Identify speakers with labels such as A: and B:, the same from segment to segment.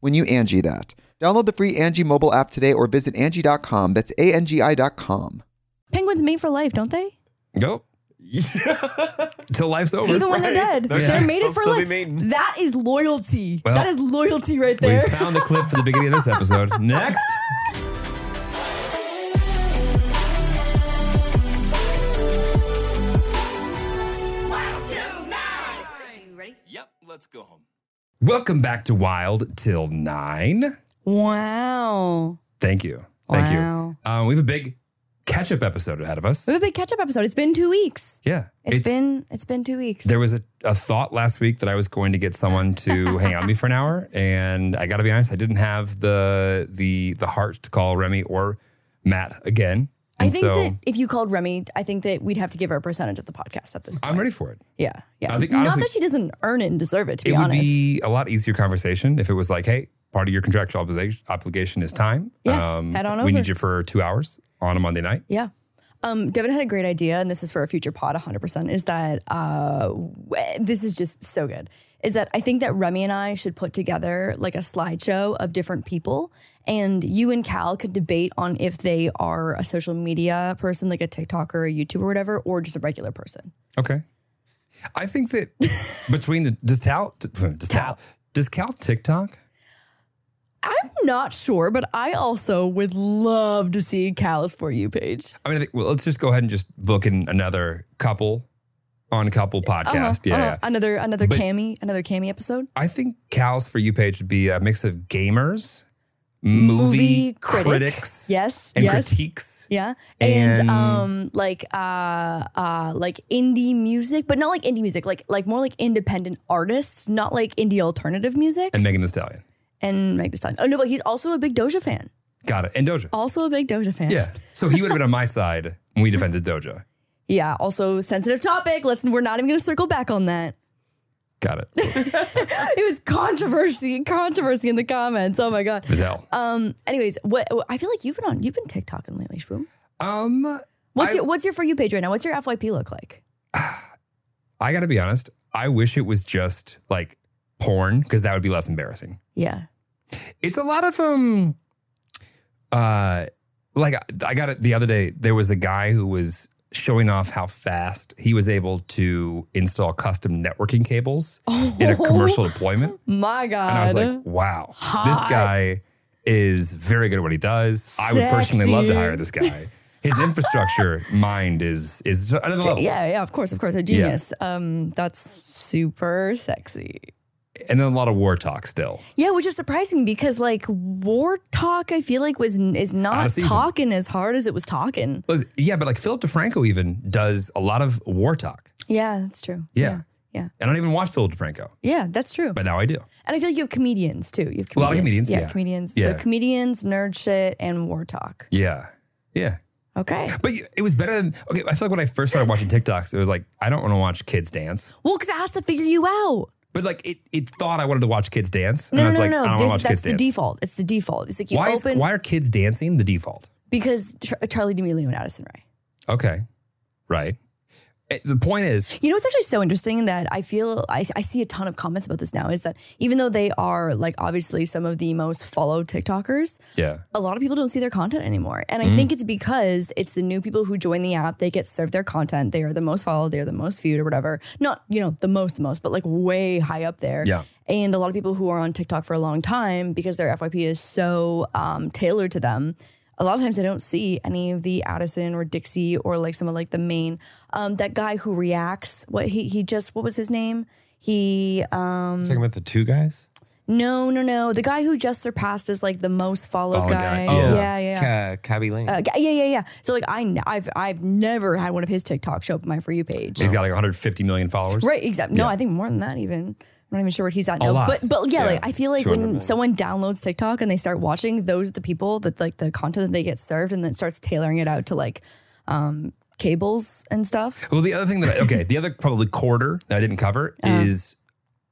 A: when you Angie that. Download the free Angie mobile app today or visit Angie.com. That's A-N-G-I dot com.
B: Penguins mate for life, don't they?
C: Go. Till life's over.
B: Even when they're
D: Right.
B: dead,
D: They're-
B: they're mated
D: they'll
B: for
D: still be
B: life.
D: mating.
B: That is loyalty.
C: Well,
B: that is loyalty right
C: we
B: there.
C: found the clip for the beginning of this episode. Next. Yep, let's go home. Welcome back to Wild Till Nine.
B: Wow.
C: Thank you. Thank
B: Wow.
C: you. Um, we have a big catch up episode ahead of us.
B: We have a big catch up episode. It's been two weeks.
C: Yeah.
B: it's been it's been two weeks.
C: There was a, a thought last week that I was going to get someone to hang out with me for an hour, and I got to be honest, I didn't have the the the heart to call Remy or Matt again.
B: I
C: And
B: think that if you called Remy, I think that we'd have to give her a percentage of the podcast at this point.
C: I'm ready for it.
B: Yeah, yeah.
C: I think
B: Not
C: honestly-
B: that she doesn't earn it and deserve it. To
C: it
B: be
C: would
B: honest,
C: be a lot easier conversation if it was like, hey, part of your contractual obliga- obligation is time. Um,
B: Yeah, head on
C: We
B: over.
C: need you for two hours on a Monday night.
B: yeah. Um, Devin had a great idea, and this is for a future pod, 100%. Is that uh, w- this is just so good? Is that I think that Remy and I should put together like a slideshow of different people, and you and Cal could debate on if they are a social media person, like a TikToker or a YouTuber or whatever, or just a regular person.
C: Okay. I think that between the does Cal does Cal does Cal TikTok?
B: I'm not sure, but I also would love to see Cal's for you page.
C: I mean, I think, well, let's just go ahead and just book in another couple on couple podcast. yeah,
B: Uh-huh.
C: yeah.
B: Another another
C: But-
B: Cammy, another Cammy episode.
C: I think Cal's for you page would be a mix of gamers, movie,
B: critic.
C: critics,
B: Yes,
C: and
B: yes.
C: critiques.
B: Yeah. And,
C: And-
B: um like uh uh like indie music, but not like indie music, like like more like independent artists, not like indie alternative music.
C: And Megan Thee Stallion.
B: And Meg Thee Stallion. Oh no, but he's also a big Doja fan.
C: Got it. And Doja.
B: Also a big Doja fan.
C: Yeah. So he would have been on my side when we defended Doja.
B: Yeah, also sensitive topic. Let's we're not even gonna circle back on that.
C: Got it.
B: It was controversy, controversy in the comments. Oh my god.
C: Bizelle.
B: Um anyways, what I feel like you've been on you've been TikToking lately, Shboom.
C: Um,
B: What's
C: I-
B: your what's your for you page right now? What's your FYP look like?
C: I got to be honest. I wish it was just like porn because that would be less embarrassing.
B: Yeah.
C: It's a lot of um uh like I- I got it the other day there was a guy who was showing off how fast he was able to install custom networking cables in a
B: Oh.
C: commercial deployment
B: My God.
C: and I was like wow this guy is very good at what he does I would personally love to
B: Sexy.
C: hire this guy his infrastructure mind is is another level
B: yeah, yeah, of course, of course. A genius. Um, that's super sexy.
C: and then a lot of war talk still
B: Yeah, which is surprising because like war talk, I feel like was is
C: Out
B: not
C: of season.
B: talking as hard as it was talking.
C: Was- yeah but like Philip DeFranco even does a lot of war talk
B: Yeah, that's true.
C: Yeah.
B: yeah,
C: and I don't even watch Philip DeFranco
B: yeah, Yeah, that's true.
C: but now I do
B: and I feel like you have comedians too. You have comedians.
C: A lot of comedians, yeah.
B: comedians.
C: Yeah.
B: So comedians, nerd shit, and war talk.
C: Yeah. Yeah.
B: Okay.
C: But it was better than, okay, I feel like when I first started watching TikToks, it was like, I don't want to watch kids dance.
B: Well, because it has to figure you out.
C: But like, it, it thought I wanted to watch kids dance. And
B: No,
C: I
B: no,
C: was
B: no,
C: like, I
B: no.
C: don't want to
B: This,
C: watch
B: that's
C: kids
B: the
C: dance.
B: default. It's the default. It's like you
C: why, is,
B: open.
C: why are kids dancing the default?
B: because Char- Charlie D'Amelio and Addison Ray.
C: Okay. Right. Eh, The point is,
B: You know, it's actually so interesting that I feel I, I see a ton of comments about this now is that even though they are like obviously some of the most followed TikTokers,
C: yeah.
B: a lot of people don't see their content anymore. And I think it's because it's the new people who join the app, they get served their content. They are the most followed, they are the most viewed or whatever. Not, you know, the most, most, but like way high up there.
C: Yeah.
B: And a lot of people who are on TikTok for a long time because their FYP is so um, tailored to them. A lot of times I don't see any of the Addison or Dixie or like some of like the main um, that guy who reacts. What he he just what was his name? He um
D: Talking about the two guys?
B: no no no the guy who just surpassed is like the most followed
C: Oh, God.
B: guy.
C: Oh.
B: yeah yeah.
D: Ca- Cabby Lane.
B: Uh, yeah, yeah, yeah. So like I, have I've never had one of his TikTok show up on my for you page.
C: He's got like 150 million followers.
B: Right, exactly. No, I think more than that even. I'm not even sure what he's at now.
C: lot.
B: But but yeah,
C: Yeah.
B: like I feel like
D: 200
B: when
D: million.
B: someone downloads TikTok and they start watching, those are the people that like the content that they get served and then it starts tailoring it out to like um cables and stuff.
C: Well, the other thing that, I, okay, the other probably quarter that I didn't cover
B: Uh-huh.
C: is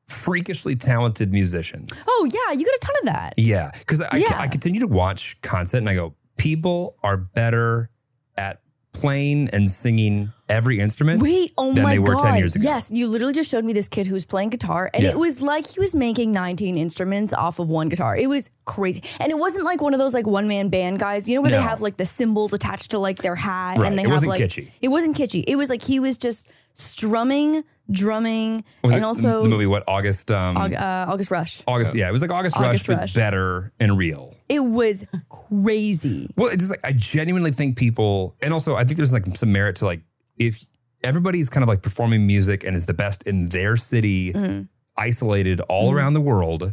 C: freakishly talented musicians.
B: Oh yeah, you get a ton of that.
C: Yeah. Because I,
B: Yeah.
C: I continue to watch content and I go, people are better at playing and singing every instrument.
B: Wait, oh
C: than
B: my
C: they were 10
B: god.
C: years ago.
B: Yes, you literally just showed me this kid who was playing guitar and
C: Yeah.
B: it was like he was making 19 instruments off of one guitar. It was crazy. And it wasn't like one of those like one man band guys, you know where
C: No.
B: they have like the cymbals attached to like their hat
C: Right.
B: and they
C: It
B: have
C: wasn't
B: like
C: kitschy.
B: It wasn't kitschy. It was like he was just strumming, drumming
C: Was
B: and
C: it
B: also
C: the movie, what, August? Um,
B: Aug- uh, August Rush.
C: August, yeah, it was like August,
B: August
C: Rush,
B: Rush.
C: but better and real.
B: It was crazy.
C: Well, it's just like I genuinely think people, and also I think there's like some merit to like if everybody's kind of like performing music and is the best in their city, isolated all around the world,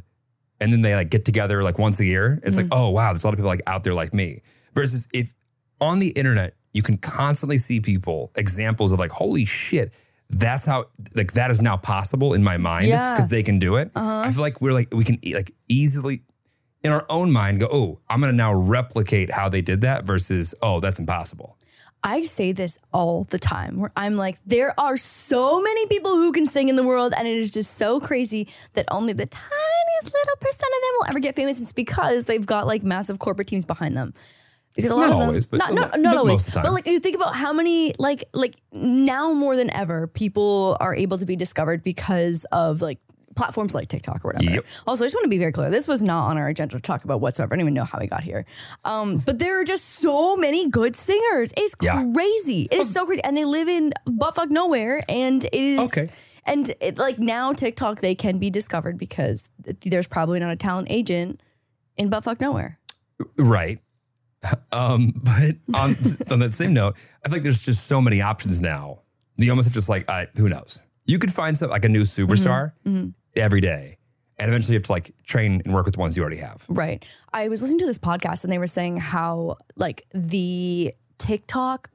C: and then they like get together like once a year. It's like oh wow, there's a lot of people like out there like me. Versus if on the internet you can constantly see people examples of like holy shit. That's how like that is now possible in my mind
B: Yeah.
C: because they can do it.
B: Uh-huh.
C: I feel like we're like we can e- like easily in our own mind go, oh, I'm going to now replicate how they did that versus, oh, that's impossible.
B: I say this all the time where I'm like, there are so many people who can sing in the world, and it is just so crazy that only the tiniest little percent of them will ever get famous. It's because they've got like massive corporate teams behind them. Because a lot
C: Not
B: of them,
C: always, but
B: not,
C: a
B: not,
C: lot-
B: not
C: but
B: always,
C: most of the time.
B: but like you think about how many like like now more than ever people are able to be discovered because of like platforms like TikTok or whatever.
C: Yep.
B: Also, I just want to be very clear. This was not on our agenda to talk about whatsoever. I don't even know how we got here. Um, but there are just so many good singers. It's
C: Yeah. Oh.
B: crazy. It is so crazy. And they live in buttfuck nowhere. And it is
C: Okay.
B: And it, like now TikTok, they can be discovered because th- there's probably not a talent agent in buttfuck nowhere.
C: Right. Um, but on, on that same note, I think there's just so many options now. You almost have to just like, uh, who knows? You could find some like a new
B: Mm-hmm.
C: superstar every day. And eventually you have to like train and work with the ones you already have.
B: Right. I was listening to this podcast and they were saying how like the TikTok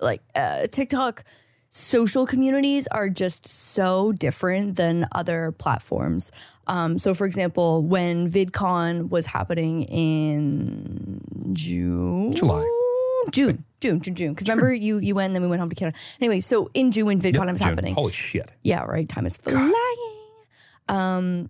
B: like uh, TikTok social communities are just so different than other platforms. Um, so, for example, when VidCon was happening in June,
C: July.
B: June, June, June, June. Because remember, you you went, and then we went home to Canada. Anyway, so in June when VidCon
C: Yep,
B: was
C: June.
B: happening,
C: Holy shit.
B: yeah, right. Time is flying. Um,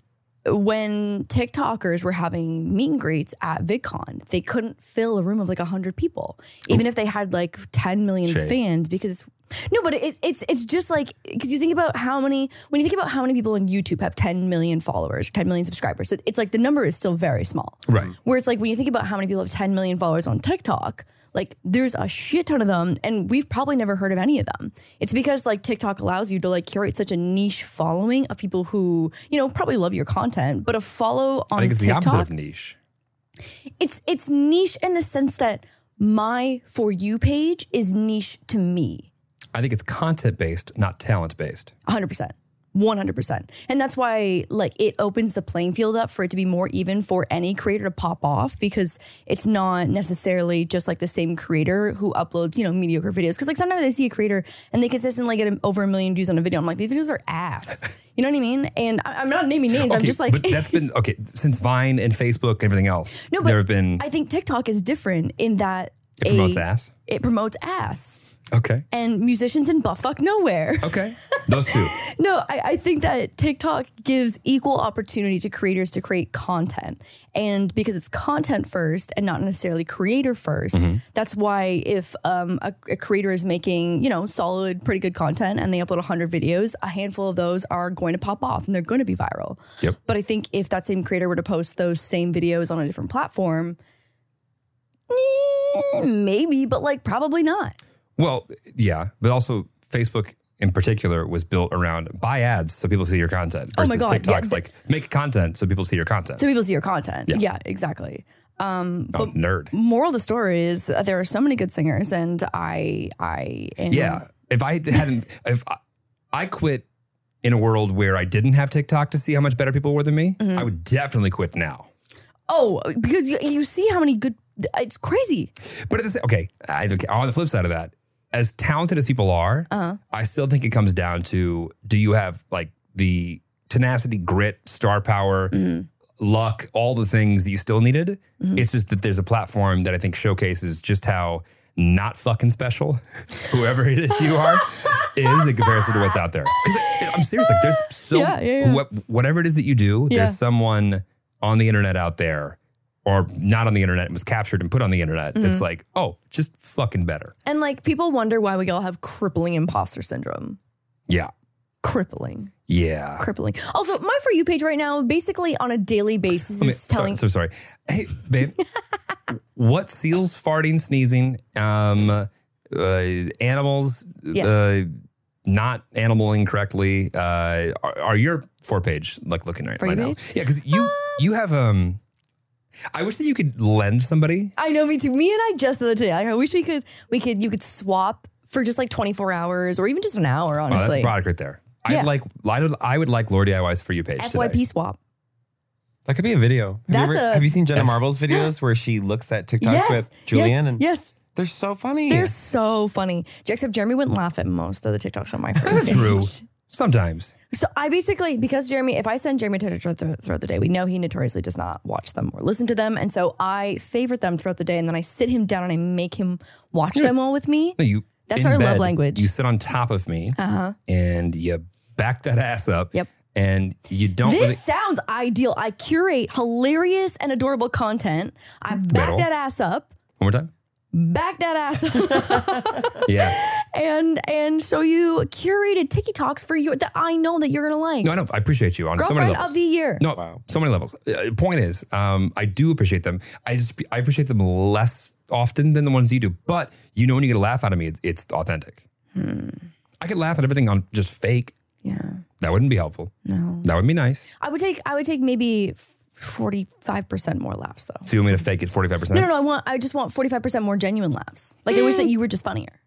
B: when TikTokers were having meet and greets at VidCon, they couldn't fill a room of like hundred people, even if they had like ten million
C: Shade.
B: fans, because it's no, but it, it's it's just like because you think about how many when you think about how many people on YouTube have ten million followers, ten million subscribers, it- it's like the number is still very small.
C: Right.
B: Where it's like when you think about how many people have 10 million followers on TikTok, like there's a shit ton of them, and we've probably never heard of any of them. It's because like TikTok allows you to like curate such a niche following of people who you know probably love your content, but a follow
C: I
B: on
C: think it's the opposite
B: TikTok,
C: of niche.
B: it's it's niche in the sense that my for you page is niche to me.
C: I think it's content based, not talent based.
B: 100%. 100%. And that's why like it opens the playing field up for it to be more even for any creator to pop off because it's not necessarily just like the same creator who uploads, you know, mediocre videos cuz like sometimes I see a creator and they consistently get over a million views on a video. I'm like these videos are ass. You know what I mean? And I, am not naming names. I'm
C: Okay,
B: just like
C: but that's been okay since Vine and Facebook and everything else.
B: No, but
C: there have been
B: I think TikTok is different in that
C: it promotes
B: a-
C: ass.
B: It promotes ass
C: Okay.
B: and musicians in buttfuck nowhere.
C: Okay. Those two.
B: No, I, I think that TikTok gives equal opportunity to creators to create content. And because it's content first and not necessarily creator 1st
C: Mm-hmm.
B: that's why if um, a, a creator is making, you know, solid, pretty good content and they upload 100 videos, a handful of those are going to pop off and they're going to be viral.
C: Yep.
B: But I think if that same creator were to post those same videos on a different platform, eh, maybe, but like probably not.
C: Well, yeah, but also Facebook in particular was built around buy ads so people see your content.
B: Oh
C: Versus
B: my God, yeah,
C: TikTok's
B: the-
C: like make content so people see your content.
B: So people see your content.
C: Yeah.
B: yeah exactly.
C: oh, nerd.
B: moral of the story is that there are so many good singers, and I, I am.
C: Yeah. If I hadn't, if I, I quit in a world where I didn't have TikTok to see how much better people were than me,
B: Mm-hmm.
C: I would definitely quit now.
B: Oh, because you, you see how many good. It's crazy.
C: But at the same, okay, I, okay, on the flip side of that, as talented as people are,
B: Uh-huh.
C: I still think it comes down to do you have like the tenacity, grit, star power,
B: Mm. Mm-hmm.
C: luck, all the things that you still needed? It's just that there's a platform that I think showcases just how not fucking special whoever it is you are is in comparison to what's out there. 'Cause I- I'm serious, like there's so
B: Yeah, yeah, yeah.
C: what- whatever it is that you do,
B: Yeah.
C: there's someone on the internet out there or not on the internet and was captured and put on the internet
B: Mm-hmm.
C: that's like, oh, just fucking better.
B: And like people wonder why we all have crippling imposter syndrome.
C: Yeah.
B: Crippling,
C: Yeah.
B: crippling. Also, my for you page right now, basically on a daily basis,
C: I mean,
B: is telling.
C: so, so sorry. Hey, babe, what seals farting, sneezing, um, uh, animals,
B: Yes.
C: uh, not animal incorrectly, uh, are, are your four page like looking right,
B: For
C: right
B: you
C: now?
B: page?
C: Yeah, because you
B: Uh.
C: you have um, I wish that you could lend somebody.
B: I know, me too. Me and I just the other day. Like, I wish we could, we could, you could swap for just like twenty four hours or even just an hour.
C: Oh, that's a
B: Honestly,
C: product right there.
B: Yeah.
C: I'd like I would I would like Lord DIY's for you page.
B: FYP
C: today.
B: swap.
D: That could be a video. Have,
B: That's
D: you,
B: a-
D: have you seen Jenna Marbles videos where she looks at TikToks
B: Yes,
D: with Julian?
B: yes,
D: and
B: yes.
D: They're so funny.
B: They're so funny. Except Jeremy wouldn't laugh at most of the TikToks on my first
C: True. Sometimes.
B: So I basically, because Jeremy, if I send Jeremy TikToks throughout the, throughout the day, we know he notoriously does not watch them or listen to them. And so I favorite them throughout the day and then I sit him down and I make him watch them all with me.
C: No, you.
B: That's
C: in
B: our love
C: bed,
B: language. Uh-huh.
C: You sit on top of me, and you back that ass up.
B: Yep.
C: And you don't
B: This
C: really.
B: sounds ideal. I curate hilarious and adorable content. I back
C: Metal.
B: that ass up,
C: One more time.
B: back that ass up,
C: Yeah.
B: and and show you curated TikToks for you that I know that you're gonna like.
C: no, I know. I appreciate you on so many
B: Girlfriend
C: levels.
B: of the year.
C: no,
D: Wow.
C: so many levels. Uh, point is, um, I do appreciate them. I just I appreciate them less often than the ones you do. But you know, when you get a laugh out of me, it's, it's authentic.
B: Hmm.
C: I could laugh at everything on just fake.
B: Yeah.
C: That wouldn't be helpful. No. That would be nice.
B: I would take I would take maybe forty five percent more laughs though.
C: So you want me to fake it forty five percent?
B: No, no, no. I want. I just want forty five percent more genuine laughs. Like I wish that you were just funnier.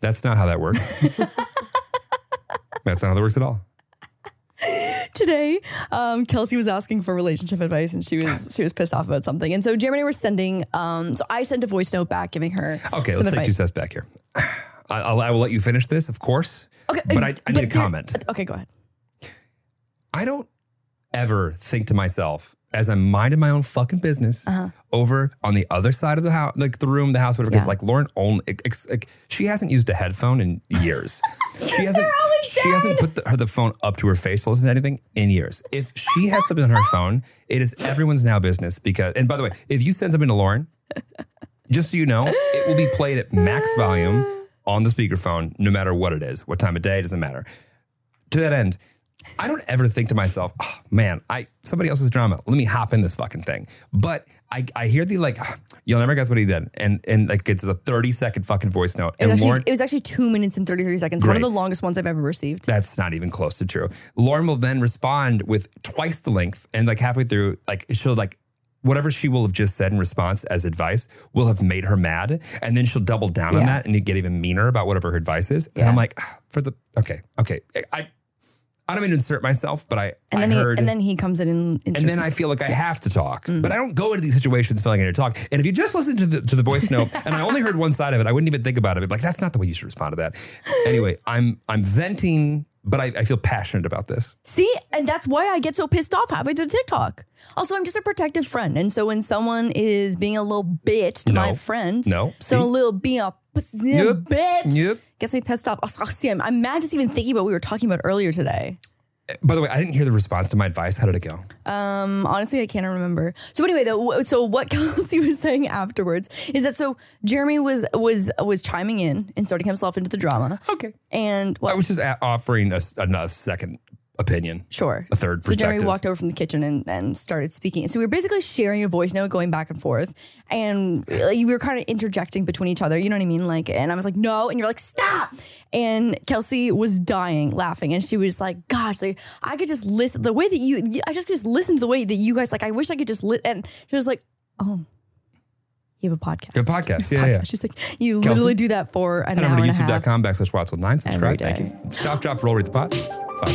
C: That's not how that works. That's not how that works at all.
B: Today, um, Kelsey was asking for relationship advice, and she was she was pissed off about something. And so Jeremy and I were sending. Um, so I sent a voice note back giving her.
C: Okay,
B: some
C: let's take
B: advice.
C: two steps back here. I, I'll, I will let you finish this, of course.
B: Okay, uh,
C: but I, I
B: but
C: need a
B: there-
C: comment.
B: Okay, go ahead.
C: I don't ever think to myself as I'm minding my own fucking business over on the other side of the house, like the room, the house, whatever. Because
B: Yeah.
C: like Lauren, only ex, like, she hasn't used a headphone in years. she hasn't. She hasn't put the, her, the phone up to her face to listen to anything in years. If she has something on her phone, it is everyone's now business. Because and by the way, if you send something to Lauren, just so you know, it will be played at max volume on the speakerphone, no matter what it is, what time of day, it doesn't matter. To that end, I don't ever think to myself, oh, man, I somebody else's drama. Let me hop in this fucking thing. But I, I hear the like, "Ah, you'll never guess what he did, and and like it's a thirty second fucking voice note,
B: It was,
C: and
B: actually,
C: Lauren,
B: it was actually two minutes and thirty three seconds. One of
C: Great.
B: the longest ones I've ever received.
C: that's not even close to true. Lauren will then respond with twice the length, and like halfway through, like she'll like whatever she will have just said in response as advice will have made her mad, and then she'll double down on
B: Yeah.
C: that and get even meaner about whatever her advice is. And
B: Yeah.
C: I'm like, "Ah, for the okay, okay, I. I don't mean to insert myself, but I,
B: and then
C: I
B: he,
C: heard
B: and then he comes in and inserts
C: and then I
B: himself.
C: feel like I have to talk, but I don't go into these situations feeling I need to talk. And if you just listen to the to the voice note, and I only heard one side of it, I wouldn't even think about it. But like, that's not the way you should respond to that. Anyway, I'm I'm venting but I, I feel passionate about this.
B: See, and that's why I get so pissed off halfway through the TikTok. Also, I'm just a protective friend, and so when someone is being a little bitch to
C: No.
B: my friend,
C: No.
B: so a
C: See?
B: little being a pussy
C: Yep.
B: bitch
C: Yep.
B: gets me pissed off. Also, see, I'm, I'm mad just even thinking about what we were talking about earlier today.
C: By the way, I didn't hear the response to my advice. How did it go?
B: Um, honestly, I can't remember. So anyway, though, so what Kelsey was saying afterwards is that so Jeremy was was was chiming in, inserting himself into the drama,
C: Okay.
B: and
C: I
B: well,
C: was just a- offering a, s- another second opinion,
B: sure,
C: a third
B: So
C: perspective.
B: Jeremy walked over from the kitchen and, and started speaking. So we were basically sharing a voice note, going back and forth, and like, we were kind of interjecting between each other. You know what I mean? Like, and I was like, "No," and you're like, "Stop!" And Kelsey was dying laughing, and she was like, "Gosh, like I could just listen the way that you. I just just listened to the way that you guys like. I wish I could just li-. And she was like, "Oh." You have a podcast.
C: You have a podcast. Yeah, yeah, yeah.
B: She's like, you literally do that for an
C: Head
B: hour
C: over to
B: and a half.
C: youtube.com backslash Watsell 9.
B: Every
C: Subscribe.
B: day.
C: Thank you. Stop, drop, roll, read the pot. Five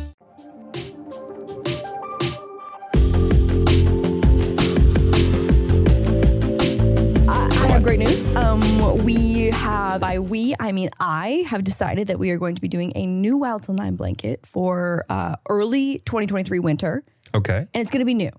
B: I, I have great news. Um, we have by we I mean I have decided that we are going to be doing a new Wild Till Nine blanket for uh, early 2023 winter,
C: Okay.
B: and it's going to be new,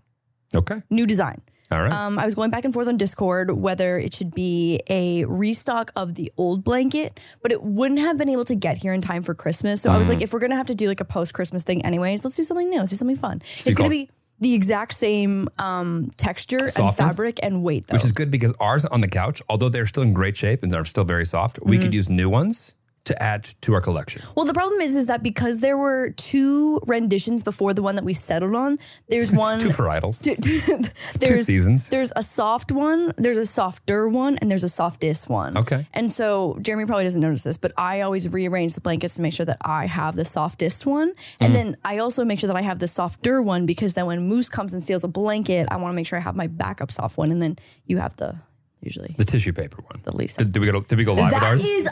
C: Okay.
B: new design.
C: All right.
B: Um, I was going back and forth on Discord whether it should be a restock of the old blanket, but it wouldn't have been able to get here in time for Christmas. So I was like, if we're gonna have to do like a post Christmas thing, anyways, let's do something new. Let's do something fun. it's gonna
C: called-
B: be the exact same um, texture
C: Softness?
B: and fabric and weight, though.
C: Which is good because ours on the couch, although they're still in great shape and they're still very soft, we
B: Mm-hmm.
C: could use new ones to add to our collection.
B: Well, the problem is, is that because there were two renditions before the one that we settled on, there's one.
C: Two varietals.
B: t- t- there's,
C: seasons.
B: There's a soft one, there's a softer one, and there's a softest one.
C: Okay.
B: And so Jeremy probably doesn't notice this, but I always rearrange the blankets to make sure that I have the softest one.
C: Mm-hmm.
B: And then I also make sure that I have the softer one because then when Moose comes and steals a blanket, I want to make sure I have my backup soft one. And then you have the usually
C: The tissue paper one.
B: the Lisa.
C: Did, did we go? Did we go live with
B: That
C: ours?
B: is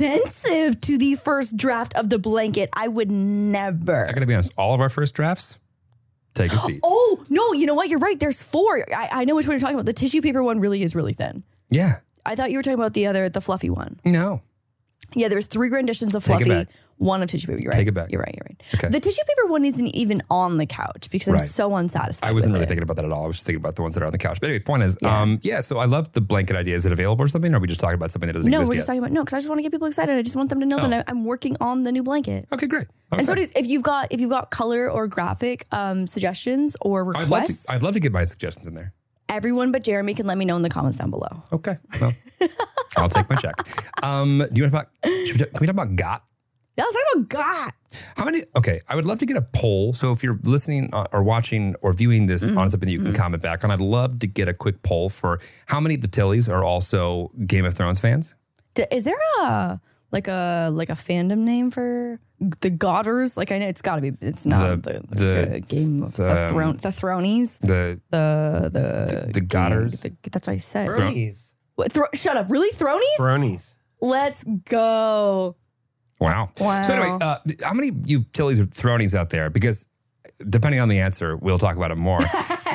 B: offensive to the first draft of the blanket. I would never.
C: I gotta be honest. All of our first drafts, take a seat.
B: Oh, no, you know what? You're right. There's four. I, I know which one you're talking about. The tissue paper one really is really thin.
C: Yeah.
B: I thought you were talking about the other, the fluffy one.
C: No.
B: Yeah, there was three renditions of
C: Take it
B: fluffy,
C: back.
B: one of tissue paper. You're right.
C: Take it back.
B: You're right. You're right.
C: Okay.
B: The tissue paper one isn't even on the couch because I'm
C: Right.
B: so unsatisfied.
C: I wasn't
B: with
C: really
B: it.
C: thinking about that at all. I was just thinking about the ones that are on the couch. But anyway, point is, um, yeah. So I love the blanket idea. Is it available or something? Or are we just talking about something that doesn't
B: No,
C: exist
B: we're just
C: yet? Oh.
B: talking about no, because I just want to get people excited. I just want them to know that I- I'm working on the new blanket.
C: okay, great. I'm
B: And so,
C: excited.
B: do- if you've got if you've got color or graphic um, suggestions or
C: I'd love to.
B: requests,
C: I'd love to get my suggestions in there.
B: Everyone but Jeremy can let me know in the comments down below.
C: Okay. Well, I'll take my check. Um, do you want to talk about, should we talk- can we talk about GOT?
B: Now let's talk about God.
C: How many? Okay, I would love to get a poll. So if you're listening uh, or watching or viewing this
B: Mm-hmm.
C: on something that you can comment back on, I'd love to get a quick poll for how many of the Tillys are also Game of Thrones fans.
B: D- Is there a like a like a fandom name for the Godders? Like I know it's got to be. It's not
C: The-
B: the, the,
C: the-
B: game of the,
C: the-
B: throne. The Thronies.
C: The
B: The the
C: the, Godders.
B: the- that's what I said.
D: Bronies.
B: What, thro- shut up! Really, Thronies?
D: Bronies.
B: Let's go.
C: Wow.
B: Wow.
C: So anyway, uh, how many of you Tillys or Thronies out there? Because depending on the answer, we'll talk about it more.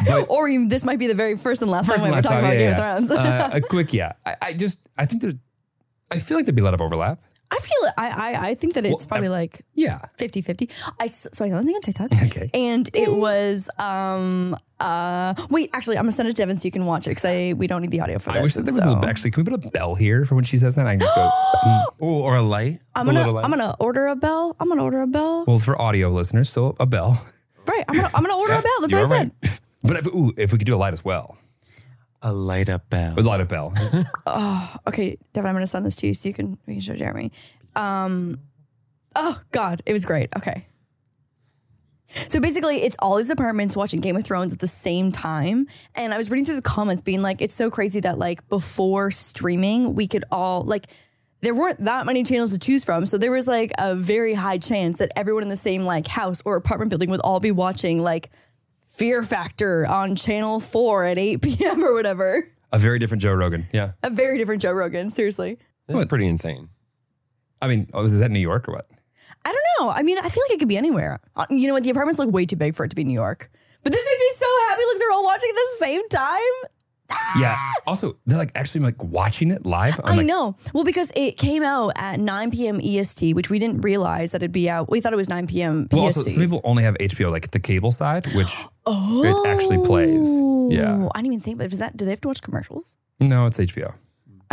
C: But-
B: or even, this might be the very first and last
C: First
B: time we
C: and last
B: ever talk
C: time,
B: about
C: yeah,
B: Game
C: yeah,
B: of Thrones.
C: yeah. uh, a quick, yeah. I, I just, I think there's, I feel like there'd be a lot of overlap.
B: I feel it. I, I I think that it's
C: Well,
B: probably like
C: Yeah.
B: 50 50. I s- so I saw something on TikTok.
C: Okay.
B: And it was um uh wait, actually I'm gonna send it to Devin so you can watch it because I we don't need the audio for this.
C: I wish that there was a
B: so-
C: little. Actually, can we put a bell here for when she says that? I can just go. mm,
D: Ooh, or a light.
B: I'm
D: A
B: gonna
D: little light.
B: I'm gonna order a bell. I'm gonna order a bell.
C: Well, for audio listeners, so a bell.
B: right. I'm gonna I'm gonna order a bell. That's what I
C: You're
B: said.
C: right. But if, ooh, if we could do a light as well,
D: a light up bell.
C: a light a bell.
B: Okay, Devin, I'm gonna send this to you so you can we can show Jeremy. Um oh god, it was great. Okay. So basically, it's all these apartments watching Game of Thrones at the same time. And I was reading through the comments being like, it's so crazy that, like, before streaming, we could all, like, there weren't that many channels to choose from. So there was, like, a very high chance that everyone in the same, like, house or apartment building would all be watching, like, Fear Factor on Channel 4 at 8 p.m. or whatever.
C: a very different Joe Rogan. Yeah.
B: A very different Joe Rogan, seriously.
D: That's pretty insane.
C: I mean, oh, is that New York or what?
B: I don't know. I mean, I feel like it could be anywhere. Uh, You know what? The apartments look way too big for it to be New York. But this makes me so happy. Look, they're all watching at the same time.
C: Yeah. Also, they're like actually like watching it live. I'm
B: i
C: like,
B: know. Well, because it came out at 9 p.m. EST, E which we didn't realize that it'd be out. We thought it was 9 p.m. PST.
C: Well, also, some people only have HBO, like the cable side, which it actually plays. Yeah.
B: Oh, I didn't even think. But was that? Do they have to watch commercials?
C: No, it's HBO.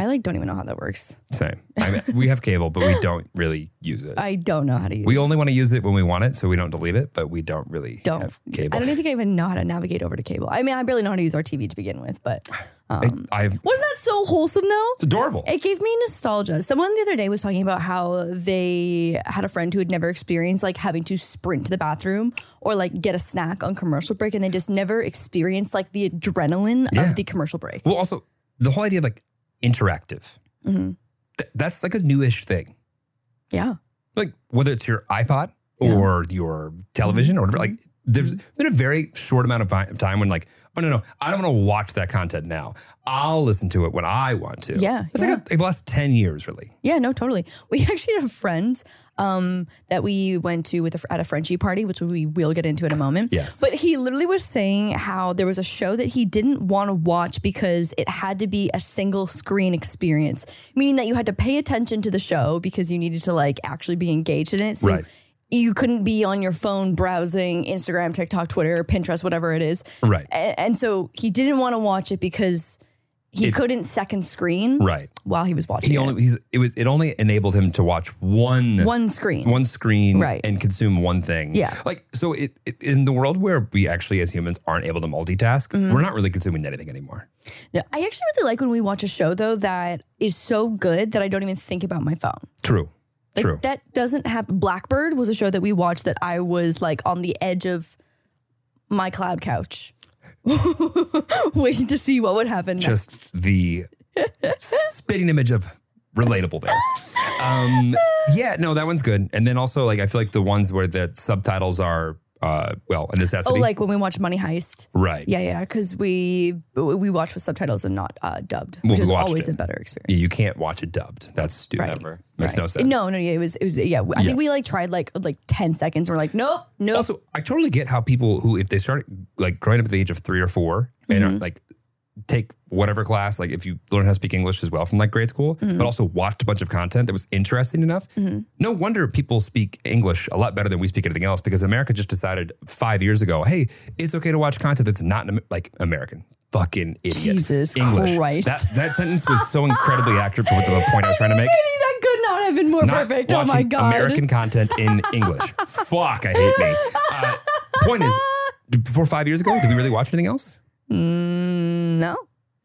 B: I like don't even know how that works.
C: Same. I mean, we have cable, but we don't really use it.
B: I don't know how to use.
C: We only want to use it when we want it, so we don't delete it, but we don't really
B: don't.
C: have cable.
B: I don't even think I even know how to navigate over to cable. I mean, I barely know how to use our TV to begin with. But um,
C: I, I've, it's
B: wasn't that so wholesome though?
C: adorable.
B: It gave me nostalgia. Someone the other day was talking about how they had a friend who had never experienced like having to sprint to the bathroom or like get a snack on commercial break, and they just never experienced like the adrenaline
C: Yeah.
B: of the commercial break.
C: Well, also the whole idea of like interactive. Th- that's like a newish thing.
B: Mm-hmm. Yeah.
C: Like whether it's your iPod
B: Yeah. Mm-hmm.
C: or your television or whatever. Like there's been a very short amount of vi- time when like, oh no no, I don't want to watch that content now. I'll listen to it when I want to.
B: Yeah,
C: it's like a, the last ten years really.
B: Yeah, no, totally. We actually had a friend um, that we went to with a, fr- at a Frenchie party, which we will get into in a moment.
C: Yes.
B: But he literally was saying how there was a show that he didn't want to watch because it had to be a single screen experience, meaning that you had to pay attention to the show because you needed to like actually be engaged in it. So
C: Right.
B: you couldn't be on your phone browsing Instagram, TikTok, Twitter, Pinterest, whatever it is.
C: Right.
B: A- and so he didn't want to watch it because he couldn't second screen
C: Right.
B: while he was watching
C: He
B: it.
C: only he's it was it only enabled him to watch one
B: one screen.
C: one screen
B: Right.
C: and consume one thing.
B: Yeah.
C: Like, so it, it, in the world where we actually, as humans, aren't able to multitask,
B: Mm-hmm.
C: we're not really consuming anything anymore.
B: No, I actually really like when we watch a show though that is so good that I don't even think about my phone.
C: True.
B: Like
C: True.
B: that doesn't happen. Blackbird was a show that we watched that I was like on the edge of my cloud couch. Waiting to see what would happen next.
C: Just the spitting image of relatable there. Um, yeah, no, that one's good. And then also, like, I feel like the ones where the subtitles are, uh, well, a
B: Oh,
C: necessity.
B: like when we watch Money Heist.
C: right.
B: Yeah, yeah, because we we watch with subtitles and not uh, dubbed,
C: Well,
B: which
C: we
B: is
C: watched
B: always
C: it.
B: a better experience.
C: Yeah, You can't watch it dubbed. That's stupid.
B: Right.
D: Never.
C: Makes no
B: Right.
C: sense.
B: No, no, yeah, it was, it was, yeah. I
C: Yeah.
B: think we like tried like like ten seconds. And we're like, nope, nope.
C: Also, I totally get how people who, if they start like growing up at the age of three or 4 and
B: Mm-hmm.
C: are, like take whatever class, like if you learn how to speak English as well from like grade school,
B: Mm-hmm.
C: but also watched a bunch of content that was interesting enough, no wonder people speak English a lot better than we speak anything else because America just decided five years ago, hey, it's okay to watch content that's not Am- like American. Fucking idiot.
B: Jesus Christ.
C: That, that sentence was so incredibly accurate for what the point I was trying to make.
B: that could not have been more
C: Not
B: perfect. Oh my
C: watching
B: god.
C: American content in English. Fuck, I hate me. Uh, point is, d- before five years ago, did we really watch anything else?
B: Mm, no,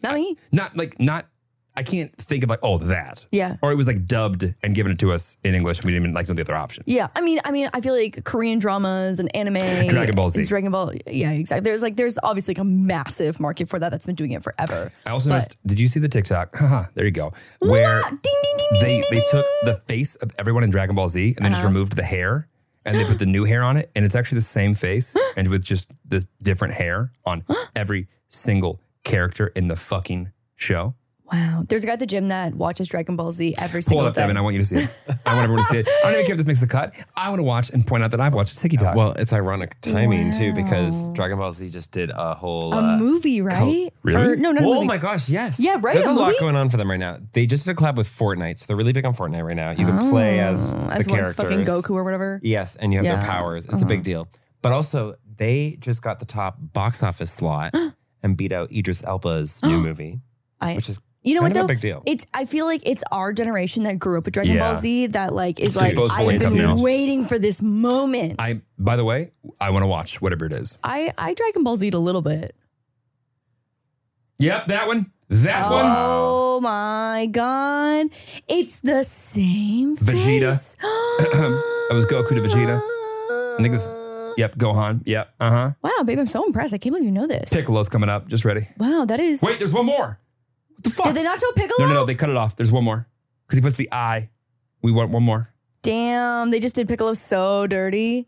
B: not me.
C: Not like not. I can't think of like oh that.
B: Yeah.
C: Or it was like dubbed and given it to us in English. and We didn't even like know the other option.
B: Yeah, I mean, I mean, I feel like Korean dramas and anime,
C: Dragon Ball Z.
B: it's Dragon Ball, yeah, exactly. There's like, there's obviously like a massive market for that. That's been doing it forever.
C: I also
B: But-
C: noticed. Did you see the TikTok? Haha, there you go. Where
B: Ah, ding, ding, ding, ding,
C: they
B: ding,
C: they
B: ding,
C: took the face of everyone in Dragon Ball Z and then just removed the hair and they put the new hair on it and it's actually the same face and with just this different hair on every single character in the fucking show.
B: Wow, there's a guy at the gym that watches Dragon Ball Z every
C: Pull
B: single
C: it up,
B: day.
C: Devin. I want you to see it. I want everyone to see it. I don't even care if this makes the cut. I want to watch and point out that I've watched TikTok.
D: Well, it's ironic timing too because
B: Wow.
D: Dragon Ball Z just did a whole.
B: a
D: uh,
B: movie, right?
C: Really?
B: Or, no, not a
D: Oh
B: movie.
D: my gosh, yes.
B: Yeah, right,
D: There's
B: a
D: a, lot
B: movie?
D: going on for them right now. They just did a collab with Fortnite, so they're really big on Fortnite right now. You can play as
B: Oh,
D: the
B: as one
D: characters.
B: fucking Goku or whatever.
D: Yes, and you have
B: Yeah. Uh-huh.
D: their powers. It's a big deal. But also, they just got the top box office slot and beat out Idris Elba's new movie,
B: I,
D: which is
B: you know what
D: kind of
B: though?
D: a big deal.
B: It's I feel like it's our generation that grew up with Dragon Ball
C: Yeah.
B: Z that like is
C: It's
B: like
C: disposable
B: I've been
C: income now.
B: waiting for this moment.
C: I by the way, I want to watch whatever it is.
B: I I Dragon Ball Z'd a little bit.
C: Yep, that one. That one.
B: Oh my god. It's the same
C: Vegeta.
B: face.
C: I was Goku to Vegeta. I think this Yep, Gohan. Yep. Uh-huh.
B: Wow, babe, I'm so impressed. I can't believe you know this.
C: Piccolo's coming up. Just ready.
B: Wow, that is
C: Wait, there's one more. What the fuck?
B: Did they not show Piccolo?
C: No, no, no. They cut it off. There's one more because he puts the eye. We want one more.
B: Damn, they just did Piccolo so dirty.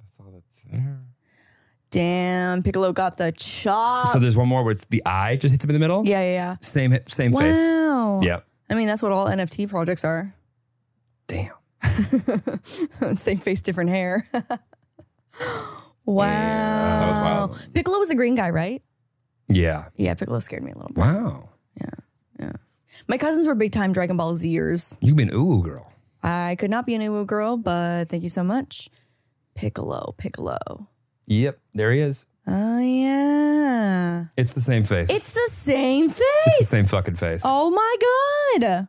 D: that's all that's there.
B: Damn, Piccolo got the chop.
C: so there's one more where it's the eye just hits him in the middle.
B: Uh. yeah, yeah, yeah.
C: Same hip- same face.
B: Wow.
C: Yep.
B: I mean, that's what all NFT projects are.
C: Damn.
B: Same face, different hair. wow.
D: that was wild.
B: Piccolo was a green guy, right?
C: Yeah.
B: Yeah, Piccolo scared me a little bit.
C: Wow.
B: My cousins were big time Dragon Ball Zers.
C: You've been ooh girl.
B: I could not be an Iwu girl, but thank you so much. Piccolo, Piccolo.
C: Yep. There he is.
B: Oh, yeah.
C: It's the same face.
B: It's the same face.
C: It's the same fucking face.
B: Oh, my God.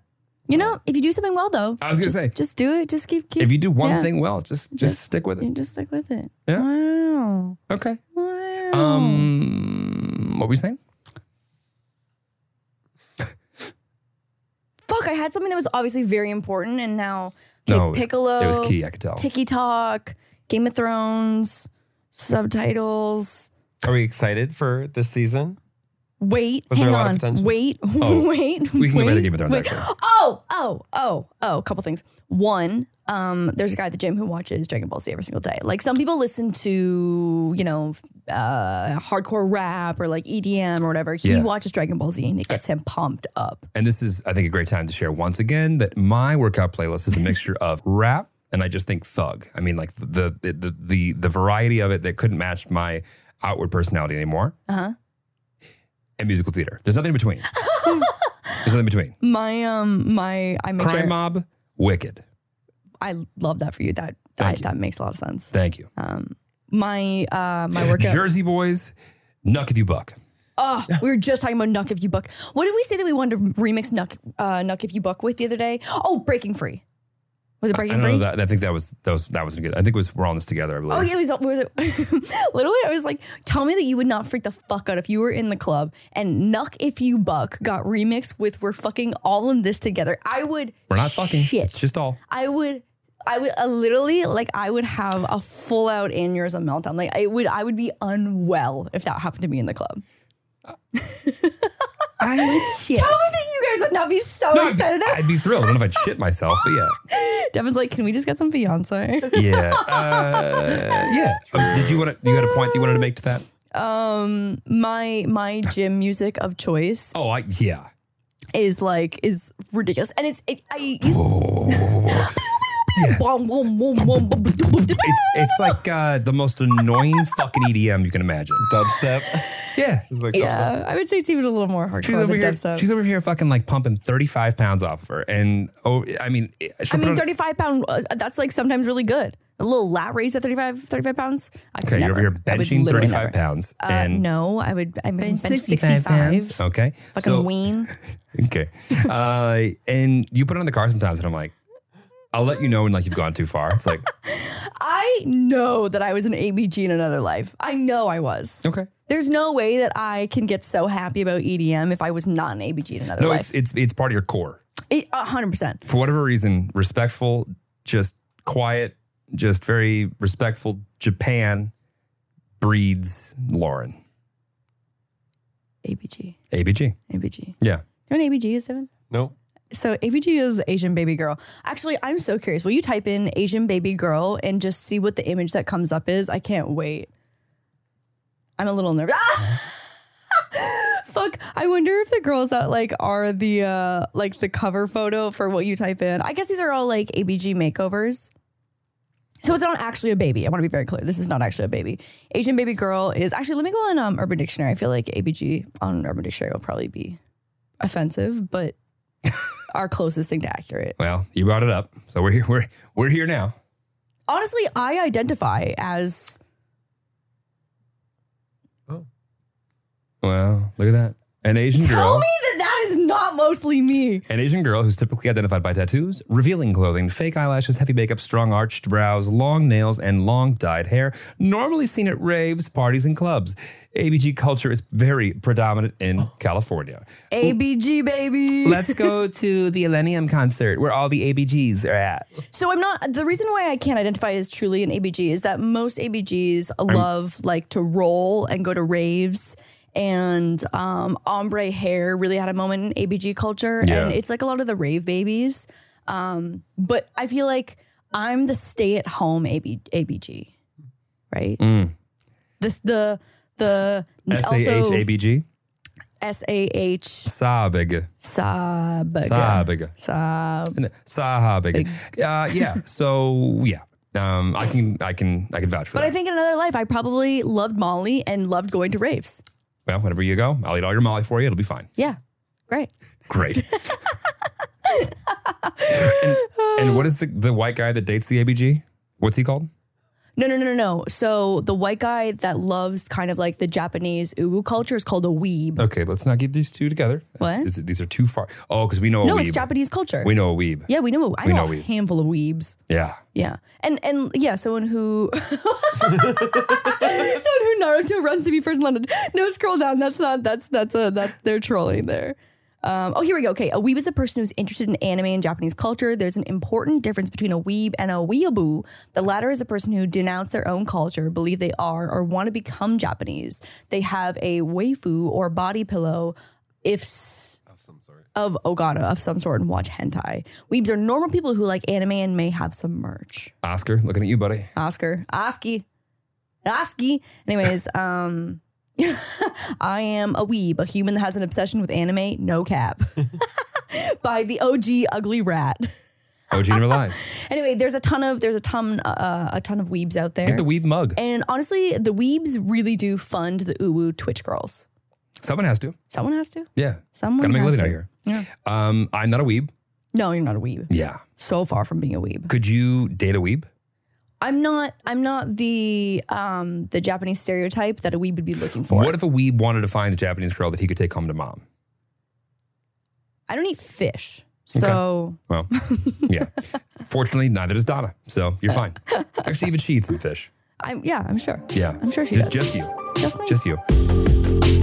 B: You know, if you do something well, though,
C: I was gonna
B: just,
C: say.
B: just do it. Just keep, keep,
C: if you do one
B: yeah.
C: thing well, just just stick with
B: you
C: it.
B: just stick with it.
C: Yeah.
B: Wow.
C: Okay.
B: Wow.
C: Um, what were you saying?
B: Fuck, I had something that was obviously very important, and now okay,
C: No, it was-
B: Piccolo,
C: It was key. I could tell.
B: Tiki Talk, Game of Thrones, subtitles.
D: Are we excited for this season?
B: Wait,
D: Was there
B: hang
D: a lot of
B: on.
D: potential?
B: wait,
C: Oh,
B: wait.
C: we can
B: wait,
C: go back to Game of Thrones,
B: wait.
C: actually.
B: Oh, oh, oh, oh, a couple things. One, um, there's a guy at the gym who watches Dragon Ball Z every single day. Like some people listen to, you know, uh, hardcore rap or like EDM or whatever. He
C: Yeah.
B: watches Dragon Ball Z and it gets him pumped up.
C: And this is, I think, a great time to share once again that my workout playlist is a mixture of rap and I just think thug. I mean, like the the the the, the variety of it that couldn't match my outward personality anymore. Uh
B: Uh-huh.
C: huh. And musical theater. There's nothing in between. There's nothing in between.
B: My um my I make
C: Crime
B: sure
C: Mob, Wicked.
B: I love that for you. That that,
C: Thank you.
B: that makes a lot of sense.
C: Thank you.
B: My uh my workout.
C: Jersey Boys, Nuck If You Buck.
B: Oh, we were just talking about Nuck If You Buck. What did we say that we wanted to remix Nuck uh, Nuck If You Buck with the other day? Oh, Breaking Free. Was it
C: I
B: Breaking
C: don't
B: Free?
C: know that. I think that was that was that was good. I think it was we're all in this together. I believe.
B: Oh yeah, it was, was it, literally. I was like, "Tell me that you would not freak the fuck out if you were in the club and Nuck If You Buck got remixed with We're fucking all in this together." I would.
C: We're not fucking.
B: Shit.
C: It's just all.
B: I would. I would uh, literally like I would have a full out aneurysm meltdown. Like I would. I would be unwell if that happened to me in the club.
C: I would shit.
B: Tell me that you guys would not be so
C: No, I'd, be,
B: excited.
C: I'd be thrilled. I don't know if I'd shit myself, but yeah.
B: Devin's like, can we just get some Beyonce?
C: Yeah. Uh, yeah. Um, did you want to? You had a point that you wanted to make to that?
B: Um, my my gym music of choice
C: Oh, I yeah.
B: is like is ridiculous, and it's it, I use.
C: Oh.
B: Wom, wom, wom, wom, wom, wom, wom.
C: It's it's like uh, the most annoying fucking EDM you can imagine.
D: Dubstep.
C: Yeah.
D: It's like dubstep.
B: Yeah, I would say it's even a little more
C: She's
B: hardcore
C: over
B: than
C: here.
B: dubstep.
C: She's over here, fucking like pumping thirty five pounds off of her, and oh, I mean,
B: I
C: she'll put
B: mean,
C: on-
B: thirty-five pound. Uh, that's like sometimes really good. A little lat raise at 35, 35 pounds. I could
C: Okay, you're
B: never.
C: over here
B: I would
C: benching
B: literally
C: thirty five
B: never.
C: pounds,
B: Uh,
C: and Oh,
B: no, I would. I would bench sixty-five.
C: Okay,
B: Fucking wean.
C: Okay. Uh, and you put it on the car sometimes, and I'm like, I'll let you know when like you've gone too far. It's like
B: I know that I was an ABG in another life. I know I was.
C: okay.
B: There's no way that I can get so happy about EDM if I was not an ABG in another
C: No, it's
B: life.
C: it's it's part of your core.
B: It, 100%.
C: For whatever reason, respectful, just quiet, just very respectful. Japan breeds Lauren.
B: ABG.
C: ABG.
B: ABG.
C: Yeah.
B: You know what ABG is, Devin?
D: No.
B: So ABG is Asian baby girl. Actually, I'm so curious. Will you type in Asian baby girl and just see what the image that comes up is? I can't wait. I'm a little nervous. Ah! Fuck. I wonder if the girls that like are the uh like the cover photo for what you type in. I guess these are all like ABG makeovers. So it's not actually a baby. I want to be very clear. This is not actually a baby. Asian baby girl is actually let me go on um, Urban Dictionary. I feel like ABG on Urban Dictionary will probably be offensive, but our closest thing to accurate.
C: Well, you brought it up, so we're here. We're we're here now.
B: Honestly, I identify as
C: Well, look at that. An Asian
B: tell
C: girl.
B: me that that is not mostly me.
C: An Asian girl who's typically identified by tattoos, revealing clothing, fake eyelashes, heavy makeup, strong arched brows, long nails, and long dyed hair, normally seen at raves, parties, and clubs. ABG culture is very predominant in California.
B: ABG baby.
C: Let's go to the Millennium concert where all the ABGs are at.
B: so I'm not the reason why I can't identify as truly an ABG is that most ABGs love like to roll and go to raves and um ombre hair really had a moment in ABG culture
C: Yeah.
B: and it's like a lot of the rave babies. Um but I feel like I'm the stay at home AB, ABG, right? This the the
C: Mm. S A H
B: also-
C: A B G.
B: S A H
C: Sabig.
B: Sabaga.
C: Sabig.
B: Sab.
C: Sahabig. Uh, yeah. So yeah. Um, I can I can I can vouch for
B: But
C: that.
B: I think in another life, I probably loved Molly and loved going to raves.
C: well, whenever you go, I'll eat all your Molly for you. It'll be fine.
B: Yeah. Great.
C: Great. and, and what is the, the white guy that dates the ABG? What's he called?
B: No, no, no, no, no. So the white guy that loves kind of like the Japanese uwu culture is called a weeb.
C: Okay, let's not get these two together.
B: What?
C: Is it- these are too far. Oh, because we know a
B: no,
C: weeb.
B: it's Japanese culture.
C: We know a weeb.
B: yeah, we know. I
C: We
B: know,
C: know
B: a
C: weeb.
B: handful of weebs.
C: Yeah.
B: Yeah. And and yeah, someone who someone who Naruto runs to be first in London. No, scroll down. That's not that's that's a that they're trolling there. Um, oh, here we go. Okay, a weeb is a person who's interested in anime and Japanese culture. There's an important difference between a weeb and a weeaboo. The latter is a person who denounce their own culture, believe they are, or want to become Japanese. They have a waifu or body pillow, if s- of ogata of some sort, and watch hentai. Weebs are normal people who like anime and may have some merch.
C: Oscar, looking at you, buddy.
B: Oscar, Osky, Osky. Anyways, um, I am a weeb, a human that has an obsession with anime, no cap, by the OG ugly rat.
C: OG never lies.
B: Anyway, there's a ton of there's a ton uh, a ton of weebs out there,
C: Get the weeb mug.
B: and honestly, the weebs really do fund the uwu Twitch girls.
C: Someone has to.
B: Someone has to.
C: Yeah.
B: Someone
C: Gotta make a
B: has
C: living out
B: to.
C: here. Yeah. Um, I'm not a weeb.
B: No, you're not a weeb.
C: Yeah.
B: So far from being a weeb.
C: Could you date a weeb?
B: I'm not. I'm not the um the Japanese stereotype that a weeb would be looking for.
C: What if a weeb wanted to find a Japanese girl that he could take home to mom?
B: I don't eat fish, so.
C: Well, yeah. Fortunately, neither does Donna. So you're fine. Actually, even she eats some fish.
B: I'm yeah, I'm sure.
C: Yeah.
B: I'm sure she
C: just,
B: does.
C: Just you.
B: Just me.
C: Just you.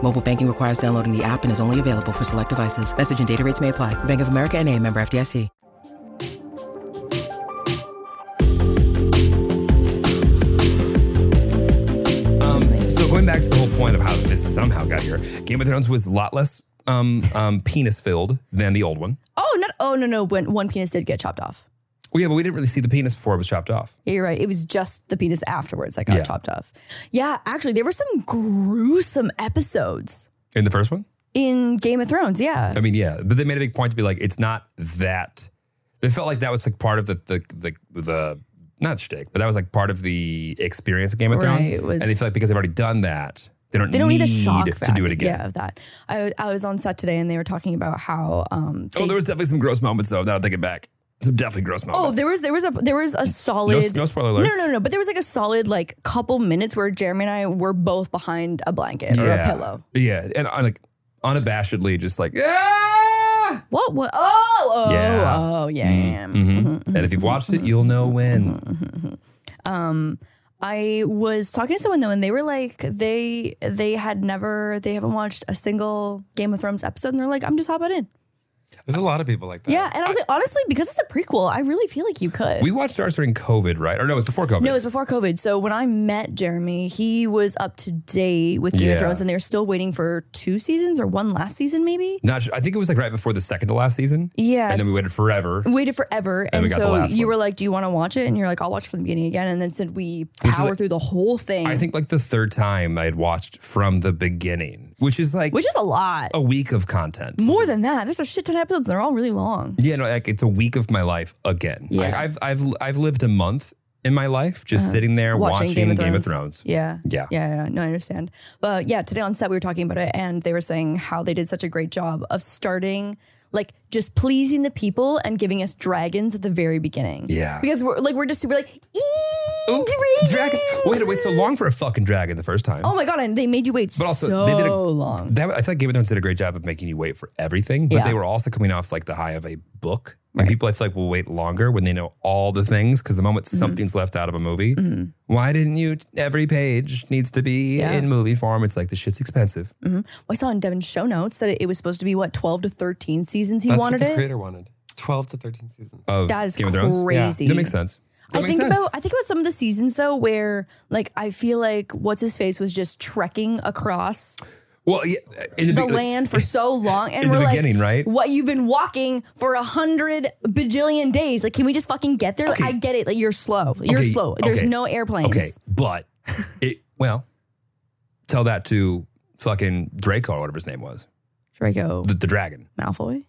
E: Mobile banking requires downloading the app and is only available for select devices. Message and data rates may apply. Bank of America and a member FDIC.
C: Um, so going back to the whole point of how this somehow got here, Game of Thrones was a lot less um, um, penis filled than the old one.
B: Oh, not oh no no. When one penis did get chopped off.
C: Well, yeah, but we didn't really see the penis before it was chopped off.
B: Yeah, you're right. It was just the penis afterwards that got
C: Yeah.
B: chopped off. Yeah, actually, there were some gruesome episodes
C: In the first one?
B: in Game of Thrones. Yeah.
C: I mean, yeah, but they made a big point to be like, it's not that. They felt like that was like part of the the the, the not shtick, but that was like part of the experience of Game of
B: Right,
C: Thrones.
B: it was-
C: and they feel like because they've already done that, they don't
B: They don't need, a shock
C: to do
B: factor,
C: it again.
B: Yeah, of that. I, I was on set today and they were talking about how um
C: oh,
B: they-
C: there was definitely some gross moments though. Now that I think it back, some definitely gross
B: Oh,
C: moments.
B: there was there was a there was a solid
C: no spoiler
B: No,
C: alerts.
B: no, no, no. But there was like a solid like couple minutes where Jeremy and I were both behind a blanket or a pillow.
C: Yeah, and I'm like unabashedly, just like ah.
B: What? What? Oh, oh,
C: Yeah.
B: oh, yeah. yeah, Mm-hmm, yeah.
C: Mhm. And if you've watched it, you'll know when.
B: Mm-hmm. I was talking to someone though, and they were like, they they had never, they haven't watched a single Game of Thrones episode, and they're like, I'm just hopping in.
D: There's a lot of people like that.
B: Yeah, and I was like, honestly, because it's a prequel, I really feel like you could.
C: We watched ours during COVID, right? Or no, it's before COVID.
B: no, it was before COVID. So when I met Jeremy, he was up to date with Game
C: Yeah.
B: of Thrones, and they were still waiting for two seasons or one last season, maybe.
C: not. Sure. I think it was like right before the second to last season.
B: Yes.
C: and then we waited forever.
B: waited forever.
C: And
B: And,
C: we got the
B: so
C: last
B: you
C: one.
B: were like, Do you want to watch it? And you're like, I'll watch it from the beginning again. And then said we
C: Which is
B: power
C: like-
B: through the whole thing.
C: I think like the third time I had watched from the beginning, which is like
B: which is a lot.
C: a week of content.
B: More than that. There's a shit ton of episodes and they're all really long.
C: Yeah, no, like it's a week of my life again.
B: Yeah.
C: Like, I've I've I've lived a month in my life just sitting there watching, Game, of Thrones.
B: Yeah.
C: Yeah.
B: Yeah. yeah. No, I understand. But yeah, today on set, we were talking about it and they were saying how they did such a great job of starting, like, just pleasing the people and giving us dragons at the very beginning.
C: Yeah.
B: Because we're like, we're just, we're like, eee,
C: Ooh,
B: dragons.
C: dragon. Wait, wait so long for a fucking dragon the first time.
B: Oh my God. And they made you wait
C: But also,
B: so
C: they did a-
B: long.
C: That, I feel like Game of Thrones did a great job of making you wait for everything, but
B: Yeah.
C: they were also coming off like the high of a book. And people I feel like will wait longer when they know all the things because the moment
B: Mm-hmm.
C: something's left out of a movie, why didn't you? Every page needs to be
B: Yeah. Mm,
C: in movie form. It's like the shit's expensive.
B: I saw in Devin's show notes that it was supposed to be what twelve to thirteen seasons he
D: That's
B: wanted
D: what the
B: it.
D: creator wanted. 12 to 13 seasons.
C: Of
B: That is
C: Game of Thrones.
B: crazy.
C: That makes sense. That
B: I
C: makes
B: think
C: sense.
B: about I think about some of the seasons though where like I feel like what's his face was just trekking across
C: well, yeah, in the,
B: the
C: be- uh,
B: land for so long and
C: in the
B: we're
C: beginning,
B: like
C: right?
B: what you've been walking for a hundred bajillion days like can we just fucking get there like,
C: Okay.
B: I get it like you're slow you're
C: Okay,
B: slow there's
C: okay,
B: no airplanes
C: Okay, but it well, tell that to fucking Draco or whatever his name was,
B: Draco
C: the, the dragon.
B: Malfoy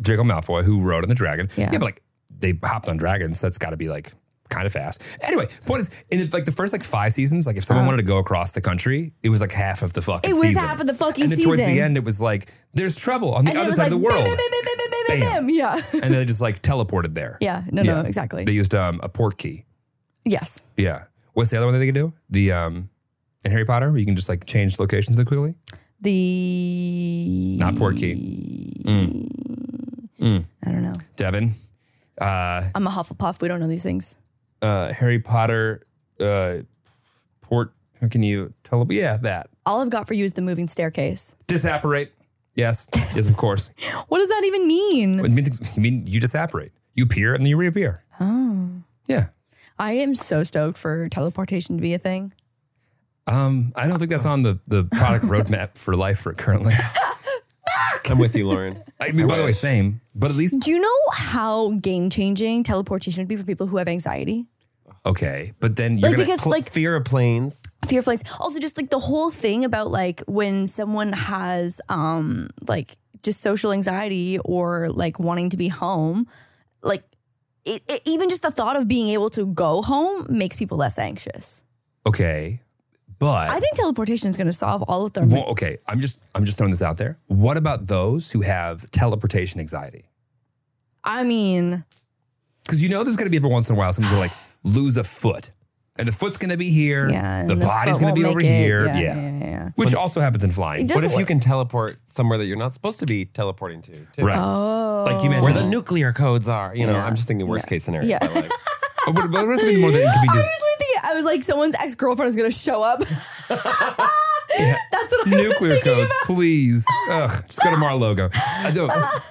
C: Draco Malfoy, who rode on the dragon.
B: Yeah.
C: but like they hopped on dragons. That's got to be like kind of fast. Anyway, point is, in like the first like five seasons, like if someone wanted to go across the country, it was like half of the fucking.
B: Uh-huh. It was
C: season.
B: half of the fucking
C: And then towards
B: season.
C: the end, it was like there's trouble on the
B: and then it
C: other
B: was
C: side
B: like
C: of the world,
B: bam, bam, bam, bam, bam, bam,
C: Bam.
B: bam, bam. yeah
C: and then it just like teleported there.
B: yeah no no exactly
C: They used um, a port key.
B: yes
C: Yeah. What's the other one that they could do? The um, in Harry Potter, where you can just like change locations so quickly.
B: the
C: Not Mm. port key. Mm.
B: I don't know.
C: Devin, uh,
B: I'm a Hufflepuff. We don't know these things.
C: uh, Harry Potter, uh, port. How can you tell? Yeah, that
B: All I've got for you is the moving staircase.
C: disapparate. Yes, yes, of course.
B: What does that even mean?
C: It means, you mean you disapparate. You appear and then you reappear. Oh, yeah.
B: I am so stoked for teleportation to be a thing.
C: Um, I don't think that's on the the product roadmap for life for currently.
D: I'm with you, Lauren.
C: I mean, by the way, same. But at least
B: Do you know how game changing teleportation would be for people who have anxiety?
C: okay. But then you're
B: like,
C: gonna.
B: because,
D: Pl-
B: like,
D: fear of planes.
B: fear of planes. Also, just like the whole thing about like when someone has um like just social anxiety or like wanting to be home, like it, it, even just the thought of being able to go home makes people less anxious.
C: okay, but
B: I think teleportation is going to solve all of their
C: Well, okay, I'm just I'm just throwing this out there. What about those who have teleportation anxiety?
B: I mean,
C: Because you know there's going to be every once in a while someone's going to like lose a foot. And the foot's going to be here.
B: yeah.
C: the
B: and
C: body's
B: foot
C: going
B: won't
C: to be
B: make
C: over
B: it.
C: here.
B: Yeah.
C: Yeah.
B: yeah, yeah, yeah.
C: Which also happens in
B: It
C: flying.
B: does-
D: What if
B: Doesn't
D: you
B: work.
D: can teleport somewhere that you're not supposed to be teleporting to? too?
C: Right.
B: Oh.
C: Like you
D: Where
C: mentioned.
D: the nuclear codes are. You know,
B: Yeah.
D: I'm just thinking worst case scenario.
B: Yeah.
D: but, like,
C: But Uh, what but what if it's more than it
B: I
C: could be
B: was
C: just
B: really thinking, I was like, someone's ex girlfriend is going to show up. That's what I was
C: Nuclear
B: thinking
C: codes,
B: about.
C: please. Ugh, just go to Mar Logo. I don't-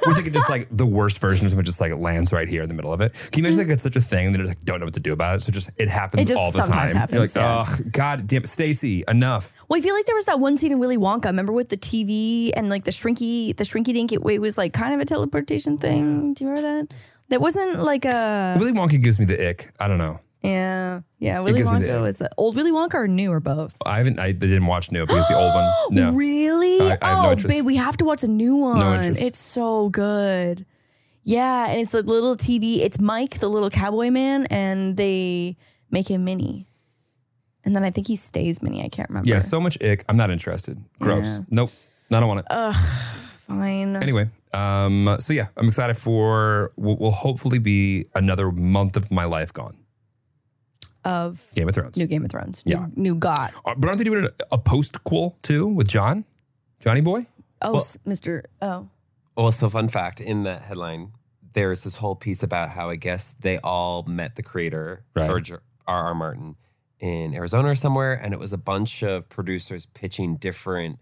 C: We're thinking just like the worst version of someone just like lands right here in the middle of it. Can you imagine like it's such a thing that it's like don't know what to do about it? So just it happens
B: It just
C: all the
B: sometimes
C: time. You're like,
B: happens, yeah.
C: ugh, god damn it, Stacy, enough.
B: Well, I feel like there was that one scene in Willy Wonka. Remember with the TV and like the shrinky, the shrinky dink. It, it was like kind of a teleportation thing. Do you remember that? That wasn't like a
C: Willy Wonka gives me the ick. I don't know.
B: yeah, yeah. Willy
C: gives me the-
B: Wonka was a, old Willy Wonka or new or both.
C: I haven't. I didn't watch New because the old one. No.
B: Really?
C: I- I have no
B: oh,
C: interest.
B: babe, we have to watch a new one.
C: interest.
B: it's so good. Yeah, and it's a little TV. It's Mike, the little cowboy man, and they make him Minnie. And then I think he stays Minnie. I can't remember.
C: Yeah. So much ick. I'm not interested. Gross.
B: Yeah.
C: Nope. I don't want it.
B: Fine.
C: anyway. Um. So yeah, I'm excited for will will hopefully be another month of my life gone.
B: of
C: Game of Thrones.
B: New Game of Thrones.
C: Yeah.
B: New, new God.
C: Uh, But aren't they doing a, a postquel too with John, Johnny Boy?
B: Oh,
D: Well-
B: s- Mr. Oh.
D: also, fun fact in the headline, there's this whole piece about how I guess they all met the creator,
C: Right.
D: George R. R. Martin, in Arizona or somewhere, and it was a bunch of producers pitching different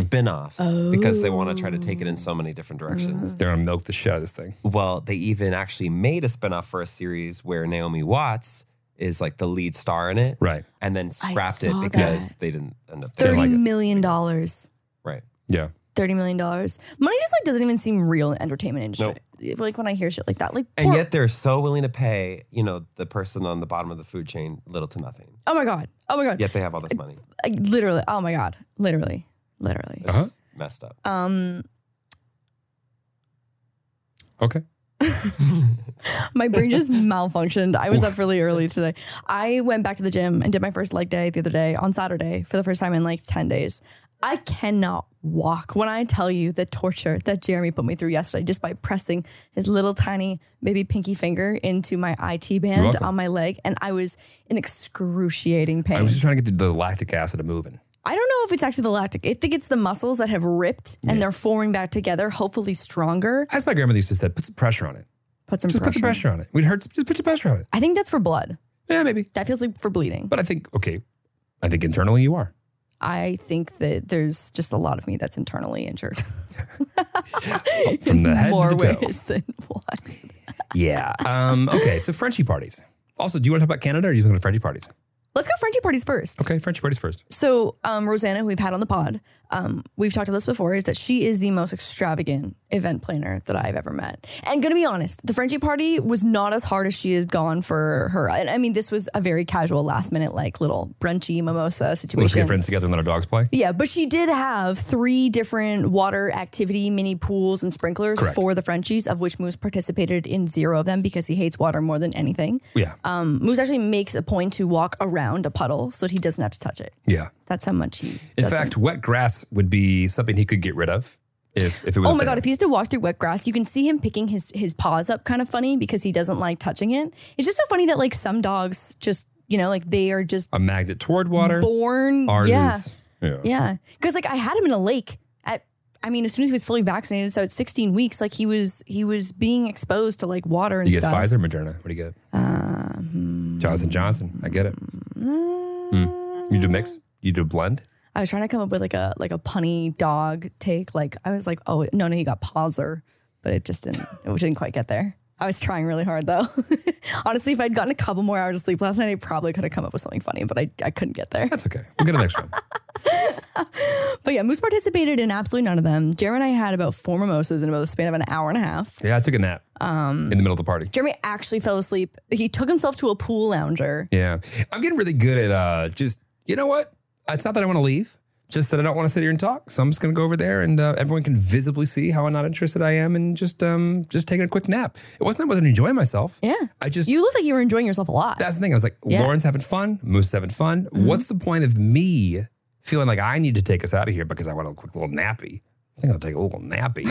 D: spin-offs because they want to try to take it in so many different directions.
C: They're gonna milk the shit out of this thing.
D: Well, they even actually made a spinoff for a series where Naomi Watts is like the lead star in it.
C: Right.
D: And then scrapped it
B: saw
D: because
B: that.
D: they didn't end up
B: Thirty
D: doing
B: million
D: it.
B: dollars.
D: Right.
C: Yeah.
B: Thirty million dollars. Money just like doesn't even seem real in entertainment industry. Like when I hear shit like that, like
D: And
B: poor-
D: yet they're so willing to pay, you know, the person on the bottom of the food chain little to nothing.
B: oh my god, oh my god,
D: Yet they have all this money.
B: Like, literally, oh my god, literally, literally.
C: Uh huh.
D: Messed up.
B: Um,
C: Okay.
B: my brain just malfunctioned. I was up really early today. I went back to the gym and did my first leg day the other day on Saturday for the first time in like 10 days. I cannot walk when I tell you the torture that Jeremy put me through yesterday just by pressing his little tiny baby pinky finger into my IT band
C: welcome.
B: on my leg. And I was in excruciating pain.
C: I
B: I,
C: was just trying to get the, the lactic acid moving.
B: don't know if it's actually the lactic. I think it's the muscles that have ripped and they're forming back together, hopefully stronger.
C: As my grandmother used to say, put some pressure on it.
B: Put some
C: Just put
B: pressure.
C: some pressure on it. We'd hurt. Just put some pressure on it.
B: I think that's for blood.
C: Yeah, maybe.
B: That feels like for bleeding.
C: But I think okay. I think internally you are.
B: I think that there's just a lot of me that's internally injured.
C: From the head to
B: More
C: the toe.
B: ways than one.
C: Yeah. Um. Okay. So Frenchie parties. Also, do you want to talk about Canada or are you talking about Frenchie parties?
B: Let's go Frenchie parties first.
C: Okay, Frenchie parties first.
B: So um, Rosanna, who we've had on the pod, um, we've talked about this before, is that she is the most extravagant event planner that I've ever met. And gonna be honest, the Frenchie party was not as hard as she has gone for her. And I mean, this was a very casual, last minute, like little brunchy mimosa
C: Let's
B: situation.
C: get friends together and let our dogs play.
B: Yeah, but she did have three different water activity mini pools and sprinklers
C: Correct.
B: for the Frenchies, of which Moose participated in zero of them because he hates water more than anything.
C: Yeah.
B: Um, Moose actually makes a point to walk around a puddle so that he doesn't have to touch it.
C: Yeah.
B: That's how much he.
C: In
B: doesn't.
C: fact, wet grass would be something he could get rid of if if it was.
B: Oh
C: a
B: my
C: thing.
B: god! If he has to walk through wet grass, you can see him picking his his paws up, kind of funny because he doesn't like touching it. It's just so funny that like some dogs just you know like they are just
C: a magnet toward water.
B: born.
C: Ours
B: yeah,
C: is yeah.
B: Yeah. Because like I had him in a lake at I mean, as soon as he was fully vaccinated, so at 16 weeks, like he was he was being exposed to like water and
C: You get
B: stuff. Um,
C: Pfizer, Moderna. What do you get? Johnson Johnson. I get it.
B: Mm.
C: Hmm. You do mix. You do blend.
B: I was trying to come up with like a like a punny dog take. Like I was like, oh no, no, he got pauser, but it just didn't it didn't quite get there. I was trying really hard though. Honestly, if I'd gotten a couple more hours of sleep last night, I probably could have come up with something funny, but I, I couldn't get there.
C: That's okay. We'll get a next one.
B: But yeah, Moose participated in absolutely none of them. Jeremy and I had about four mimosas in about the span of an hour and a half.
C: Yeah, I took a nap
B: Um,
C: in the middle of the party.
B: Jeremy actually fell asleep. He took himself to a pool lounger.
C: Yeah, I'm getting really good at uh, just you know what? It's not that I want to leave. Just that I don't want to sit here and talk, so I'm just going to go over there, and uh, everyone can visibly see how not interested I am, and just um, just taking a quick nap. It wasn't that I wasn't enjoying myself.
B: Yeah.
C: I just
B: You look like you were enjoying yourself a lot.
C: That's the thing. I was like,
B: Yeah. Mm-hmm.
C: Lauren's having fun. Moose is having fun. What's the point of me feeling like I need to take us out of here because I want a quick little nappy? I think I'll take a little nappy.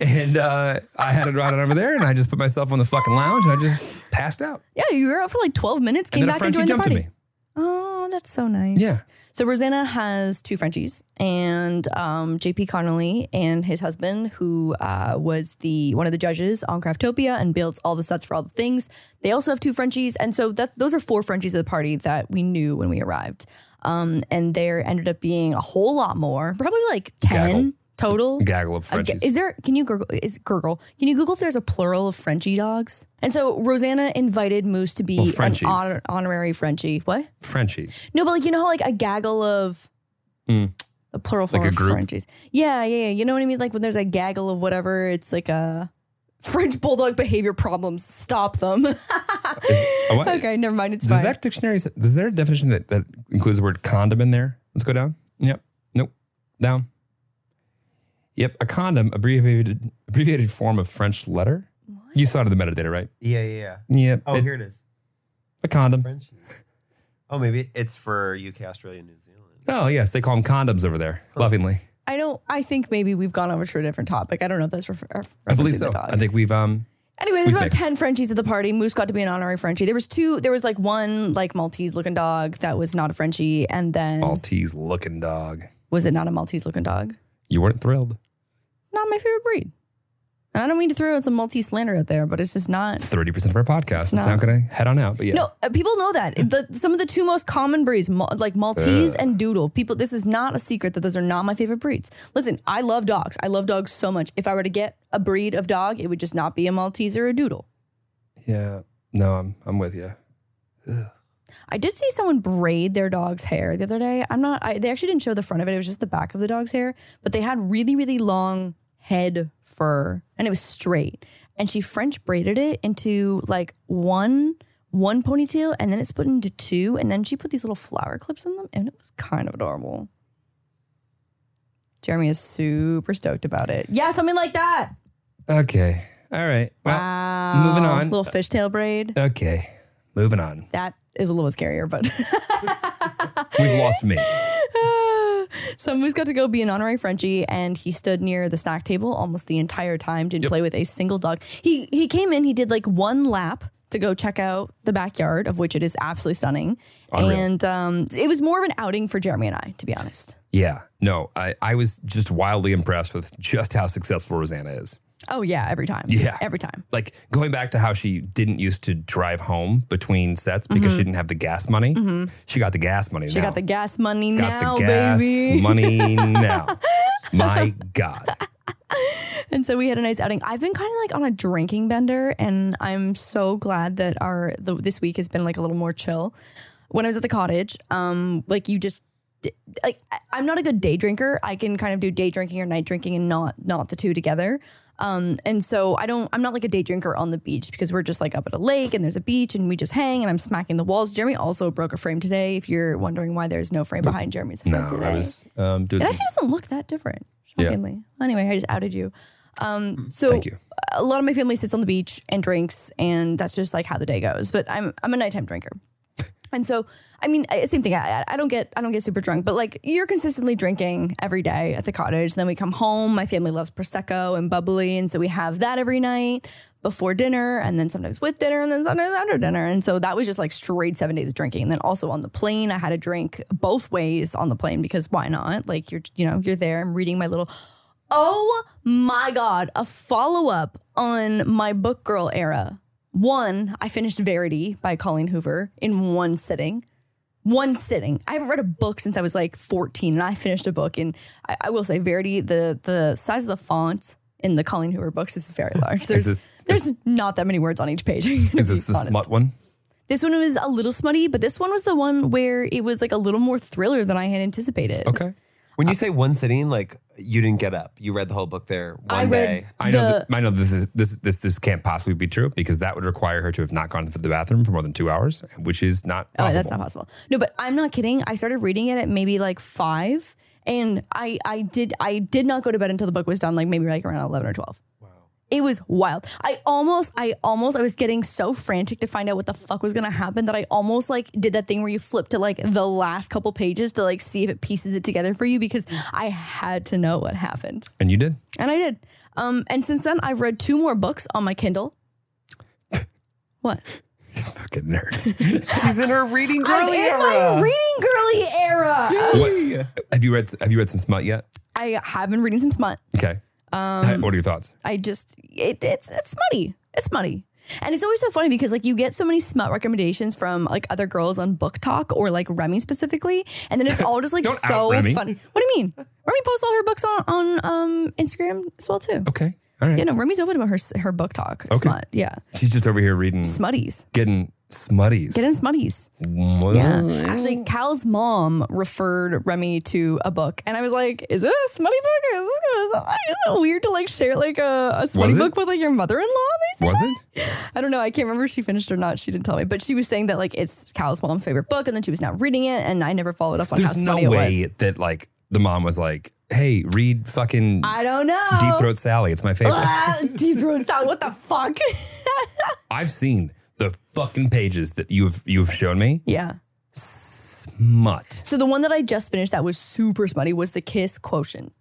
C: and uh, I had it right over there, and I just put myself on the fucking lounge, and I just passed out.
B: Yeah, you were out for like 12 minutes, came
C: and then
B: back
C: a
B: and
C: Frenchie
B: joined the
C: jumped
B: party.
C: at me.
B: Oh, that's so nice.
C: Yeah.
B: So Rosanna has two Frenchies and um, JP Connolly and his husband, who uh, was the one of the judges on Craftopia and builds all the sets for all the things. They also have two Frenchies, and so that those are four Frenchies at the party that we knew when we arrived. Um, and there ended up being a whole lot more, probably like ten
C: Gaggle.
B: total.
C: A gaggle of
B: Uh, g-
C: Frenchies.
B: Is there? Can you Google? Is Google? Can you Google if there's a plural of Frenchie dogs? And so Rosanna invited Moose to be
C: Well,
B: an
C: Frenchies.
B: honor, honorary Frenchie. What?
C: Frenchies.
B: No, but like you know how like a gaggle of
C: Mm.
B: a plural
C: Like
B: form
C: a
B: of
C: group?
B: Frenchies. Yeah, yeah, yeah. You know what I mean? Like when there's a gaggle of whatever, it's like a French bulldog behavior problems. Stop them.
C: what?
B: okay, never mind. It's
C: Does
B: fine.
C: that dictionary, is there a definition that, that includes the word condom in there? Let's go down. Yep. Nope. Down. Yep. A condom, abbreviated, abbreviated form of French letter. You saw it in the metadata, right?
D: Yeah, yeah, yeah.
C: Yep.
D: Oh,
C: It-
D: here it is.
C: a condom.
D: French. Oh, maybe it's for UK, Australia, New Zealand.
C: Oh, yes. They call them condoms over there, lovingly.
B: I don't. I think maybe we've gone over to a different topic. I don't know if that's refer- uh,
C: I believe
B: referencing
C: so.
B: the dog.
C: I think we've, um,
B: Anyway, there's
C: We've
B: about
C: mixed.
B: ten Frenchies at the party. Moose got to be an honorary Frenchie. There was two. There was like one like Maltese looking dog that was not a Frenchie, and then
C: Maltese looking dog.
B: was it not a Maltese looking dog?
C: You weren't thrilled.
B: Not my favorite breed. And I don't mean to throw some Maltese slander out there, but it's just not.
C: 30% of our podcast is
B: not-
C: now going to head on out. But yeah.
B: No, uh, people know that the, some of the two most common breeds, Mal- like Maltese and Doodle. People, this is not a secret that those are not my favorite breeds. Listen, I love dogs. I love dogs so much. If I were to get a breed of dog, it would just not be a Maltese or a Doodle.
C: Yeah. No, I'm, I'm with you.
B: I did see someone braid their dog's hair the other day. I'm not, I, they actually didn't show the front of it. It was just the back of the dog's hair, but they had really, really long head fur and it was straight. And she French braided it into like one, one ponytail and then it split into two. And then she put these little flower clips on them and it was kind of adorable. Jeremy is super stoked about it. Yeah, something like that.
C: Okay. All right. Well,
B: Wow.
C: Uh, moving on.
B: Little fishtail braid.
C: Okay. Moving on.
B: That is a little scarier, but.
C: We've lost me.
B: so Moose got to go be an honorary Frenchie, and he stood near the snack table almost the entire time. Didn't play with a single dog. He he came in. He did like one lap to go check out the backyard, of which it is absolutely stunning. And um, it was more of an outing for Jeremy and I, to be honest.
C: Yeah. No, I, I was just wildly impressed with just how successful Rosanna is.
B: Oh yeah, every time.
C: Yeah.
B: every time.
C: Like going back to how she didn't used to drive home between sets because she didn't have the gas money. She got the gas money
B: Mm-hmm. She
C: now.
B: got the gas money
C: Got
B: now,
C: the gas
B: baby.
C: money now. My God.
B: And so we had a nice outing. I've been kind of like on a drinking bender, and I'm so glad that our the, this week has been like a little more chill. When I was at the cottage, um, like you just like I- I'm not a good day drinker. I can kind of do day drinking or night drinking, and not not the two together. Um, and so I don't. I'm not like a day drinker on the beach because we're just like up at a lake and there's a beach and we just hang and I'm smacking the walls. Jeremy also broke a frame today. If you're wondering why there's no frame behind Jeremy's head
C: No,
B: today,
C: I was um, doing
B: it
C: some-
B: actually doesn't look that different.
C: Yeah. Mm,
B: Shockingly. Anyway, I just outed you. Um, so
C: Thank you.
B: a lot of my family sits on the beach and drinks, and that's just like how the day goes. But I'm I'm a nighttime drinker, and so I mean I- same thing. I, I don't get I don't get super drunk, but like you're consistently drinking every day at the cottage. Then we come home. My family loves prosecco and bubbly, and so we have that every night before dinner, and then sometimes with dinner, and then sometimes after dinner. And so that was just like straight seven days of drinking. And then also on the plane, I had a drink both ways on the plane because why not? Like you're you know you're there. I'm reading my little. Oh my God, a follow up on my book girl era. One, I finished Verity by Colleen Hoover in one sitting. One sitting. I haven't read a book since I was like 14, and I finished a book. And I, I will say, Verity, the the size of the font in the Colleen Hoover books is very large. There's
C: this-
B: there's not that many words on each page.
C: Is this the smut one?
B: This one was a little smutty, but this one was the one where it was like a little more thriller than I had anticipated.
C: Okay.
D: When you say one sitting, like you didn't get up. You read the whole book there one
B: I read
D: day.
C: I know.
B: The-
C: th- I know this, is, this this this can't possibly be true because that would require her to have not gone to the bathroom for more than two hours, which is not.
B: Oh,
C: Possible.
B: that's not possible. No, but I'm not kidding. I started reading it at maybe like five, and I I did I did not go to bed until the book was done, like maybe like around eleven or twelve. Wow. It was wild. I almost, I almost, I was getting so frantic to find out what the fuck was gonna happen that I almost like did that thing where you flip to like the last couple pages to like see if it pieces it together for you because I had to know what happened.
C: And you did?
B: And I did. Um, and since then, I've read two more books on my Kindle. what?
C: Fucking nerd.
D: She's in her reading
B: I'm
D: girly
B: in
D: era.
B: my reading girly era.
C: What- have you read have you read some smut yet?
B: I have been reading some smut.
C: Okay. Um, what are your thoughts?
B: I just it, it's it's smutty. It's smutty. And it's always so funny because like you get so many smut recommendations from like other girls on Book Talk or like Remy specifically, and then it's all just like
C: Don't
B: so
C: out Remy.
B: funny. What do you mean? Remy posts all her books on on um, Instagram as well too.
C: Okay. All right.
B: You know, Remy's open about her her book talk smut. Yeah,
C: She's just over here reading
B: smutties.
C: getting smutties.
B: Get in smutties.
C: Mwah.
B: Yeah. Actually, Cal's mom referred Remy to a book, and I was like, "Is it a smutty book? Or is this gonna sound- isn't it weird to like share like a, a
C: Was
B: smutty
C: it?
B: book with like your mother-in-law?" Basically,
C: Was it?
B: I don't know. I can't remember if she finished or not. She didn't tell me, but she was saying that like it's Cal's mom's favorite book, and then she was not reading it, and I never followed up on
C: There's
B: how
C: no
B: smutty
C: way
B: it was.
C: that like the mom was like, "Hey, read fucking
B: I don't know.
C: Deep Throat Sally. It's my favorite."
B: Ah, deep throat sound. What the fuck?
C: I've seen the fucking pages that you've you've shown me.
B: yeah.
C: Mutt.
B: So the one that I just finished that was super smutty was the kiss quotient.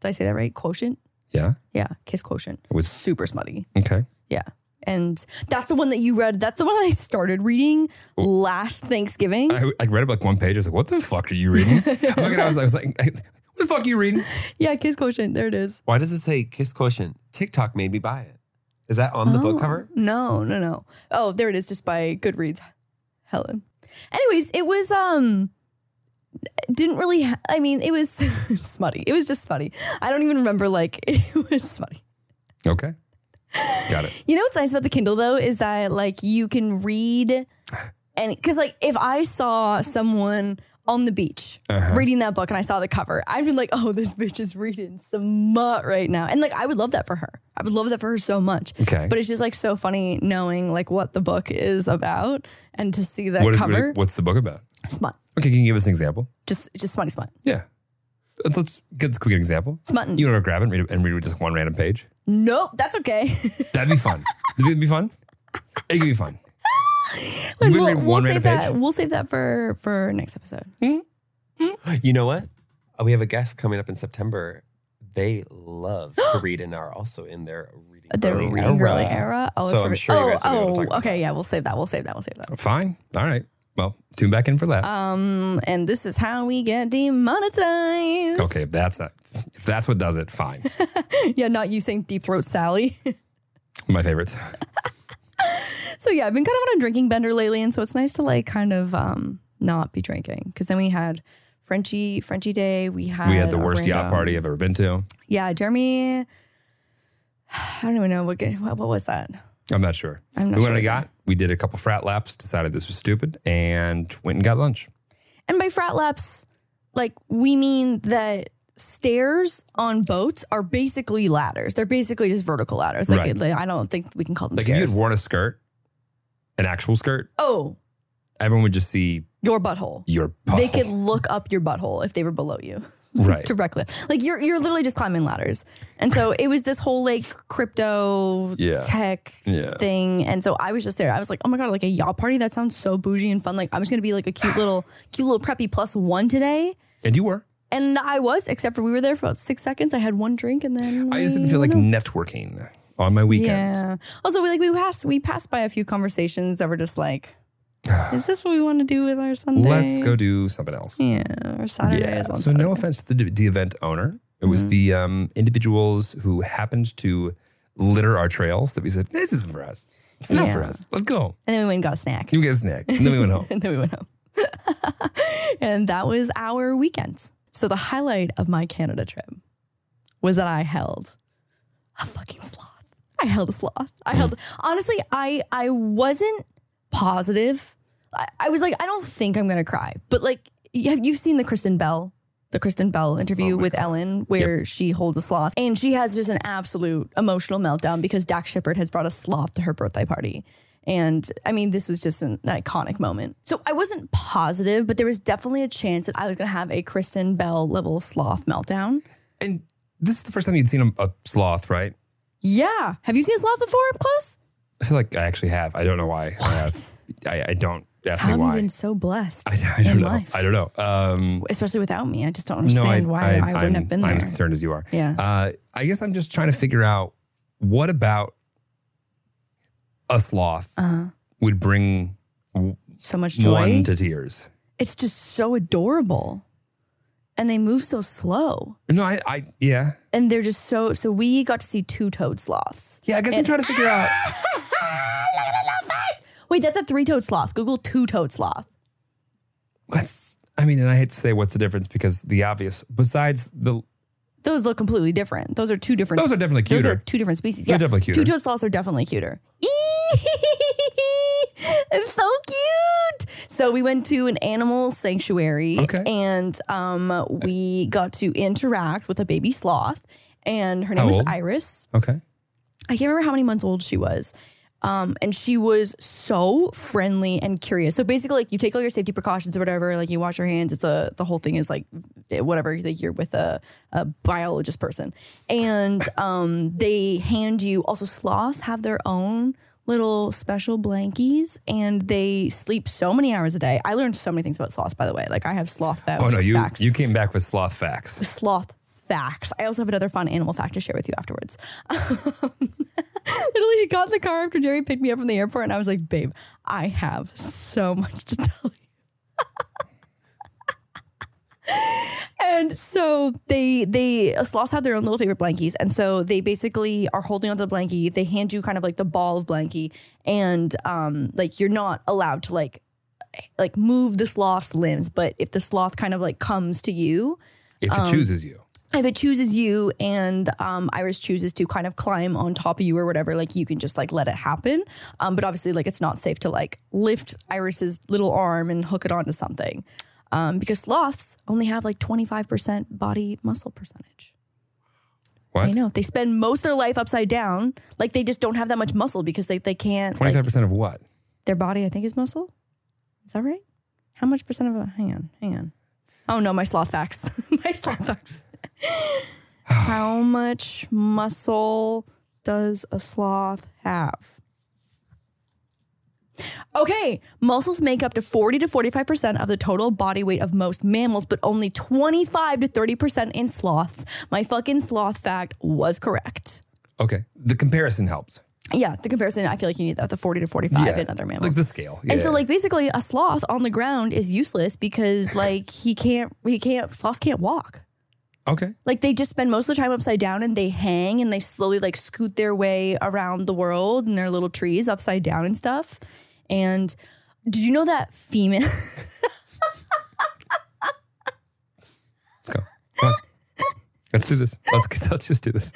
B: Did I say that right? Quotient.
C: Yeah.
B: Yeah, kiss quotient.
C: was-
B: super smutty.
C: Okay.
B: Yeah. And that's the one that you read. That's the one I started reading last Thanksgiving.
C: I, I read like one page. I was like, "What the fuck are you reading?" I looked at it, I was, I was like, "What the fuck are you reading?"
B: yeah, kiss quotient. There it is.
D: Why does it say kiss quotient? TikTok made me buy it. Is that on the book cover?
B: No, no, no. Oh, there it is, just by Goodreads. Helen. Anyways, it was um didn't really ha- I mean, it was smutty. It was just smutty. I don't even remember like it was smutty.
C: Okay. Got it.
B: You know what's nice about the Kindle though is that like you can read and because like if I saw someone on the beach
C: Uh-huh.
B: reading that book and I saw the cover, I'd be like, oh, this bitch is reading some mutt right now. And like I would love that for her. I would love that for her so much.
C: Okay.
B: But it's just like so funny knowing like what the book is about and to see that
C: What is
B: cover.
C: what- what's the book about?
B: smut.
C: Okay, can you give us an example?
B: Just just smutty smut.
C: Yeah. Let's, let's get a quick example.
B: Smutting.
C: You want to grab it and read, it- and read just one random page?
B: nope, that's okay.
C: That'd be fun. That'd be fun. It could be fun.
B: Like,
C: you would
B: we'll,
C: read
B: we'll
C: one
B: save
C: random
B: that.
C: page?
B: We'll save that for for next episode.
D: You know what? Uh, We have a guest coming up in September. They love to read and are also in their reading
B: The
D: girly
B: reading girly
D: era.
B: era. Oh,
D: So
B: it's
D: I'm
B: for-
D: sure you
B: oh,
D: guys will be able to
B: oh,
D: talk about
B: okay.
D: that.
B: Yeah, we'll save that. We'll save that. We'll save that.
C: Fine. All right. Well, tune back in for that.
B: Um, and this is how we get demonetized.
C: okay, if that's not, if that's what does it, fine.
B: Yeah, not you saying deep throat Sally.
C: My favorites.
B: so yeah, I've been kind of on a drinking bender lately, and so it's nice to like kind of um not be drinking because then we had Frenchie Frenchie Day. We had
C: We had the
B: a
C: worst yacht
B: Uh, random-
C: party I've ever been to.
B: Yeah, Jeremy. I don't even know what good- what, what was that.
C: I'm not sure.
B: I'm not
C: we went
B: sure
C: and
B: either.
C: got. We did a couple frat laps. Decided this was stupid and went and got lunch.
B: And by frat laps, like we mean that stairs on boats are basically ladders. They're basically just vertical ladders. Like,
C: Right.
B: like, I don't think we can call them
C: Like if
B: stairs.
C: you had worn a skirt, an actual skirt,
B: oh,
C: everyone would just see
B: your butthole.
C: your.
B: They
C: butthole.
B: could look up your butthole if they were below you.
C: Right.
B: to reckless. Like you're you're literally just climbing ladders. And so it was this whole like crypto
C: Yeah.
B: tech
C: Yeah.
B: thing. And so I was just there. I was like, oh my god, like a yacht party? That sounds so bougie and fun. Like I'm just gonna be like a cute little cute little preppy plus one today.
C: and you were.
B: And I was, except for we were there for about six seconds. I had one drink and then
C: I just didn't
B: we
C: feel like
B: went out.
C: networking on my weekend.
B: Yeah. Also, we like we passed we passed by a few conversations that were just like, is this what we want to do with our Sunday?
C: Let's go do something else.
B: Yeah, or Mm, Saturday. Mm-hmm. Or something.
C: So no offense to the, the event owner. It was the um, individuals who happened to litter our trails that we said, this isn't for us. It's not for
B: Yeah.
C: us. Let's go.
B: And then we went and got a snack.
C: You get a snack. And then we went home.
B: and then we went home. and that was our weekend. So the highlight of my Canada trip was that I held a fucking sloth. I held a sloth. I held honestly, I I wasn't positive. I, I was like, I don't think I'm gonna cry. But like you have you've seen the Kristen Bell, the Kristen Bell
C: Oh
B: interview with Ellen where she holds a sloth and she has just an absolute emotional meltdown because Dax Shepard has brought a sloth to her birthday party. And I mean, this was just an, an iconic moment. So I wasn't positive, but there was definitely a chance that I was going to have a Kristen Bell level sloth meltdown.
C: And this is the first time you'd seen a, a sloth, right?
B: Yeah. Have you seen a sloth before up close?
C: I feel like I actually have. I don't know why. I, have. I, I don't ask
B: How
C: me
B: have
C: why.
B: you been so blessed
C: I, I don't
B: in
C: know.
B: life?
C: I don't know. Um,
B: Especially without me. I just don't
C: no, I,
B: understand why I, wouldn't
C: am
B: have been there.
C: I'm as concerned as you are.
B: Yeah.
C: Uh, I guess I'm just trying to figure out what about a sloth
B: Uh-huh.
C: would bring w-
B: So much joy.
C: one to tears.
B: it's just so adorable. And they move so slow.
C: No, I, I, yeah,
B: And they're just so so we got to see two toed sloths.
C: yeah. I guess I'm trying to figure out.
B: ah! Wait, that's a three toed sloth. Google two toed sloth.
C: What's I mean, and I hate to say what's the difference because the obvious. Besides the,
B: Those look completely different. Those are two different
C: those are definitely
B: Those are
C: cuter.
B: two different species.
C: They're definitely cuter.
B: Two toed sloths are definitely cuter. it's so cute. So we went to an animal sanctuary
C: Okay.
B: and um, we got to interact with a baby sloth. And her
C: How
B: name is
C: old?
B: Iris.
C: okay.
B: I can't remember how many months old she was. Um, and she was so friendly and curious. So basically, like you take all your safety precautions or whatever, like you wash your hands. It's a the whole thing is like eh, whatever like you're with a, a biologist person, and um, they hand you. Also, sloths have their own little special blankies, and they sleep so many hours a day. I learned so many things about sloths, by the way. Like I have sloth facts.
C: Oh no, you
B: facts
C: you came back with sloth facts.
B: sloth facts. I also have another fun animal fact to share with you afterwards. Um, Literally got in the car after Jerry picked me up from the airport, and I was like, babe, I have so much to tell you. and so they they sloths have their own little favorite blankies, and so they basically are holding onto the blankie. They hand you kind of like the ball of blankie, and um like you're not allowed to like like move the sloth's limbs, but if the sloth kind of like comes to you,
C: If
B: Um,
C: it chooses you,
B: if it chooses you and um, Iris chooses to kind of climb on top of you or whatever, like you can just like let it happen. Um, but obviously, like it's not safe to like lift Iris's little arm and hook it onto something um, because sloths only have like 25% body muscle percentage.
C: what?
B: I know they spend most of their life upside down. Like they just don't have that much muscle because they, they can't.
C: Twenty
B: Like,
C: five percent of what?
B: their body, I think, is muscle. Is that right? How much percent of a. Hang on, hang on. Oh no, my sloth facts. my sloth facts. How much muscle does a sloth have? Okay, muscles make up to 40 to 45% of the total body weight of most mammals, but only 25 to 30% in sloths. My fucking sloth fact was correct.
C: Okay, the comparison helps.
B: Yeah, the comparison, I feel like you need that, the 40 to 45 in other mammals.
C: Like the scale.
B: And so
C: Yeah.
B: like basically a sloth on the ground is useless because like he can't he can't sloths can't walk.
C: okay,
B: Like they just spend most of the time upside down and they hang and they slowly like scoot their way around the world in their little trees upside down and stuff. And did you know that female
C: let's go. Come on. Let's do this. Let's let's just do this.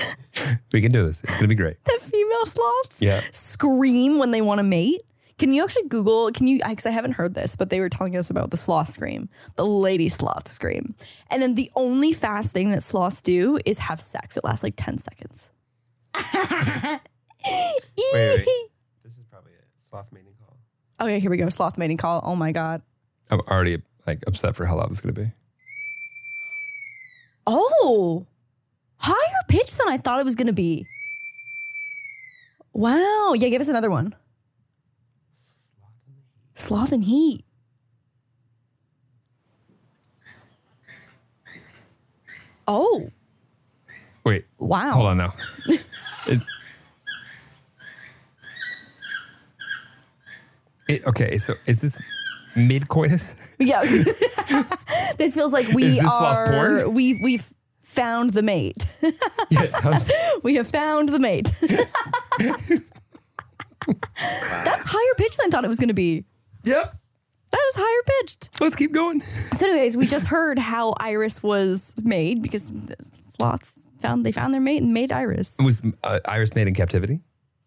C: We can do this. It's gonna be great.
B: that female sloths
C: Yeah.
B: scream when they want to mate? Can you actually Google? Can you? Because I haven't heard this, but they were telling us about the sloth scream, the lady sloth scream. And then the only fast thing that sloths do is have sex. It lasts like 10 seconds.
D: wait. This is probably a sloth meeting call.
B: Okay, here we go. Sloth mating call. Oh my God.
C: I'm already like upset for how loud this is gonna be.
B: Oh, higher pitch than I thought it was going to be. Wow. Yeah, give us another one. Sloth and heat. Oh,
C: Wait,
B: wow.
C: hold on now. it, it, okay, so is this mid coitus?
B: Yeah. this feels like
C: Is
B: we
C: this sloth
B: are,
C: porn?
B: we, we've found the mate.
C: Yeah, it sounds.
B: we have found the mate. That's higher pitched than I thought it was going to be.
C: yep.
B: That is higher pitched.
C: Let's keep going.
B: So, anyways, we just heard how Iris was made because the sloths found they found their mate and made Iris.
C: Was uh, Iris made in captivity?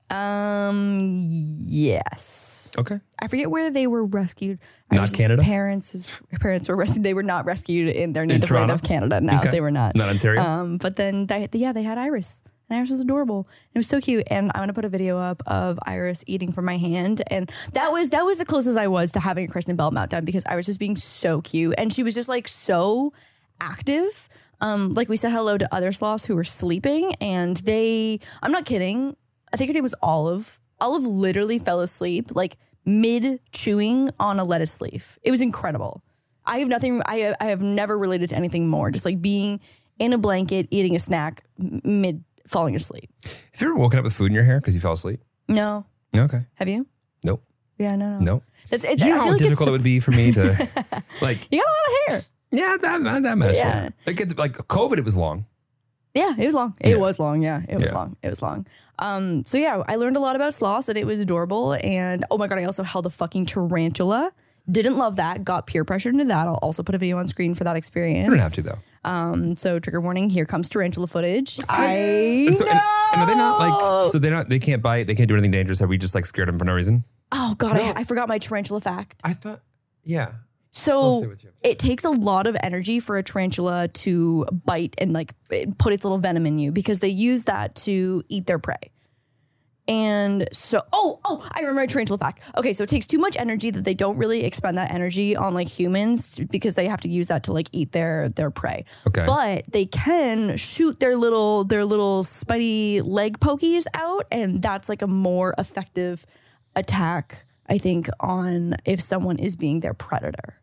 B: Um, yes,
C: Okay.
B: I forget where they were rescued.
C: Not
B: Iris's
C: Canada?
B: Parents, his parents were rescued. They were not rescued in their native land
C: Toronto?
B: of Canada. No,
C: Okay.
B: they were not.
C: Not Ontario?
B: Um, but then they, yeah, they had Iris. And Iris was adorable. It was so cute. And I'm gonna put a video up of Iris eating from my hand. And that was that was the closest I was to having a Kristen Bell meltdown because Iris was being so cute. And she was just like so active. Um, like we said hello to other sloths who were sleeping, and they, I'm not kidding. I think her name was Olive. Olive literally fell asleep like mid chewing on a lettuce leaf. It was incredible. I have nothing, I, I have never related to anything more. Just like being in a blanket, eating a snack m- mid falling asleep.
C: Have you ever woken up with food in your hair because you fell asleep?
B: No.
C: Okay.
B: Have you?
C: Nope.
B: Yeah, no, no.
C: Nope.
B: That's, it's,
C: Do you
B: I
C: know how
B: feel like it's
C: difficult it would be for me to, like,
B: You got a lot of hair.
C: yeah, that, not that much.
B: Yeah.
C: Yeah. Like, it's, like COVID, it was long.
B: Yeah, it was long. It
C: Yeah.
B: was long. Yeah, it was
C: Yeah.
B: long. It was long. Um, so yeah, I learned a lot about sloths and it was adorable. And oh my god, I also held a fucking tarantula. Didn't love that. Got peer pressured into that. I'll also put a video on screen for that experience.
C: You don't have to, though.
B: Um, so trigger warning. Here comes tarantula footage. I
C: So,
B: know.
C: and, and are they not like, so they're not, they can't bite, they can't do anything dangerous. Are we just like scared of them for no reason?
B: oh god, I, I forgot my tarantula fact.
D: I thought, yeah. I'll stay
B: So
D: with you.
B: it takes a lot of energy for a tarantula to bite and like it- put its little venom in you because they use that to eat their prey. And so, oh, oh, I remember a tarantula fact. Okay, so it takes too much energy that they don't really expend that energy on like humans because they have to use that to like eat their their prey.
C: Okay.
B: But they can shoot their little their little spidey leg pokies out, and that's like a more effective attack, I think, on if someone is being their predator.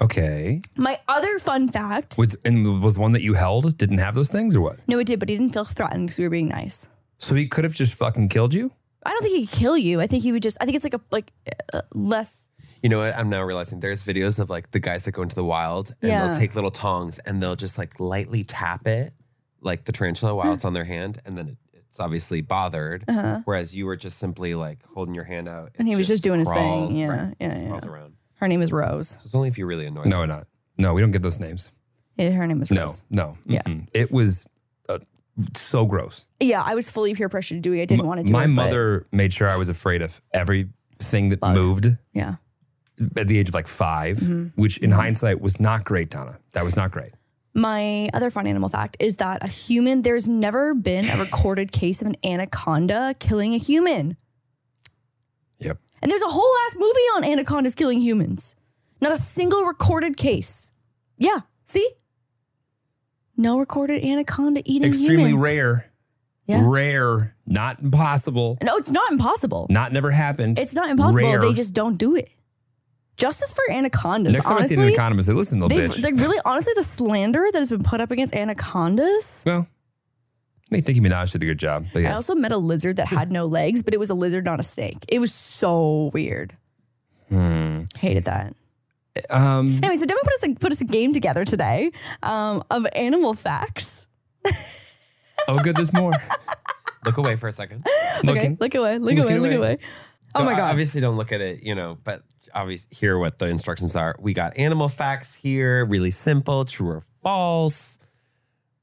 C: Okay.
B: My other fun fact.
C: Was, and was the one that you held didn't have those things or what?
B: No, it did, but he didn't feel threatened because we were being nice.
C: So he could have just fucking killed you?
B: I don't think he could kill you. I think he would just. I think it's like a like uh, less.
D: You know what? I'm now realizing there's videos of like the guys that go into the wild and
B: Yeah.
D: they'll take little tongs and they'll just like lightly tap it, like the tarantula while it's on their hand, and then it, it's obviously bothered.
B: Uh-huh.
D: Whereas you were just simply like holding your hand out,
B: And
D: it
B: he was just doing his
D: crawls-
B: thing. Yeah,
D: right,
B: yeah, yeah.
D: crawls around.
B: Her name is Rose.
D: It's only if you really annoy.
C: No, we're not. No, we don't give those names.
B: Yeah, her name is
C: No,
B: Rose.
C: no.
B: Yeah.
C: Mm-mm. It was uh, so gross.
B: Yeah, I was fully peer pressured to do it. I didn't want to do
C: My
B: it. but-
C: mother made sure I was afraid of everything that
B: Bug.
C: moved
B: yeah.
C: at the age of like 5
B: Mm-hmm.
C: which in hindsight was not great, Donna. That was not great.
B: My other fun animal fact is that a human. There's never been a recorded case of an anaconda killing a human.
C: Yep.
B: And there's a whole ass movie on anacondas killing humans. Not a single recorded case. Yeah. See? No recorded anaconda eating
C: Extremely
B: humans.
C: rare.
B: Yeah.
C: Rare. Not impossible.
B: No, it's not impossible.
C: Not never happened.
B: It's not impossible.
C: Rare.
B: They just don't do it. Justice for anacondas.
C: Next time I
B: honestly,
C: see an anaconda, I say, listen, little
B: they've-
C: bitch.
B: they're really honestly the slander that has been put up against anacondas.
C: well, they think Minaj did a good job. But
B: I
C: yeah.
B: also met a lizard that had no legs, but it was a lizard, not a snake. It was so weird. Hated that.
C: Hmm. Um,
B: Anyway, so Devin put us a, put us a game together today um, of animal facts.
C: oh, good. There's more.
D: Look away for a second.
C: Looking.
B: Okay, look away, look
C: Looking
B: away, look
C: away.
B: away. Oh
D: So
B: my
D: I-
B: god.
D: Obviously, don't look at it, you know, but obviously, hear what the instructions are. We got animal facts here, really simple, true or false.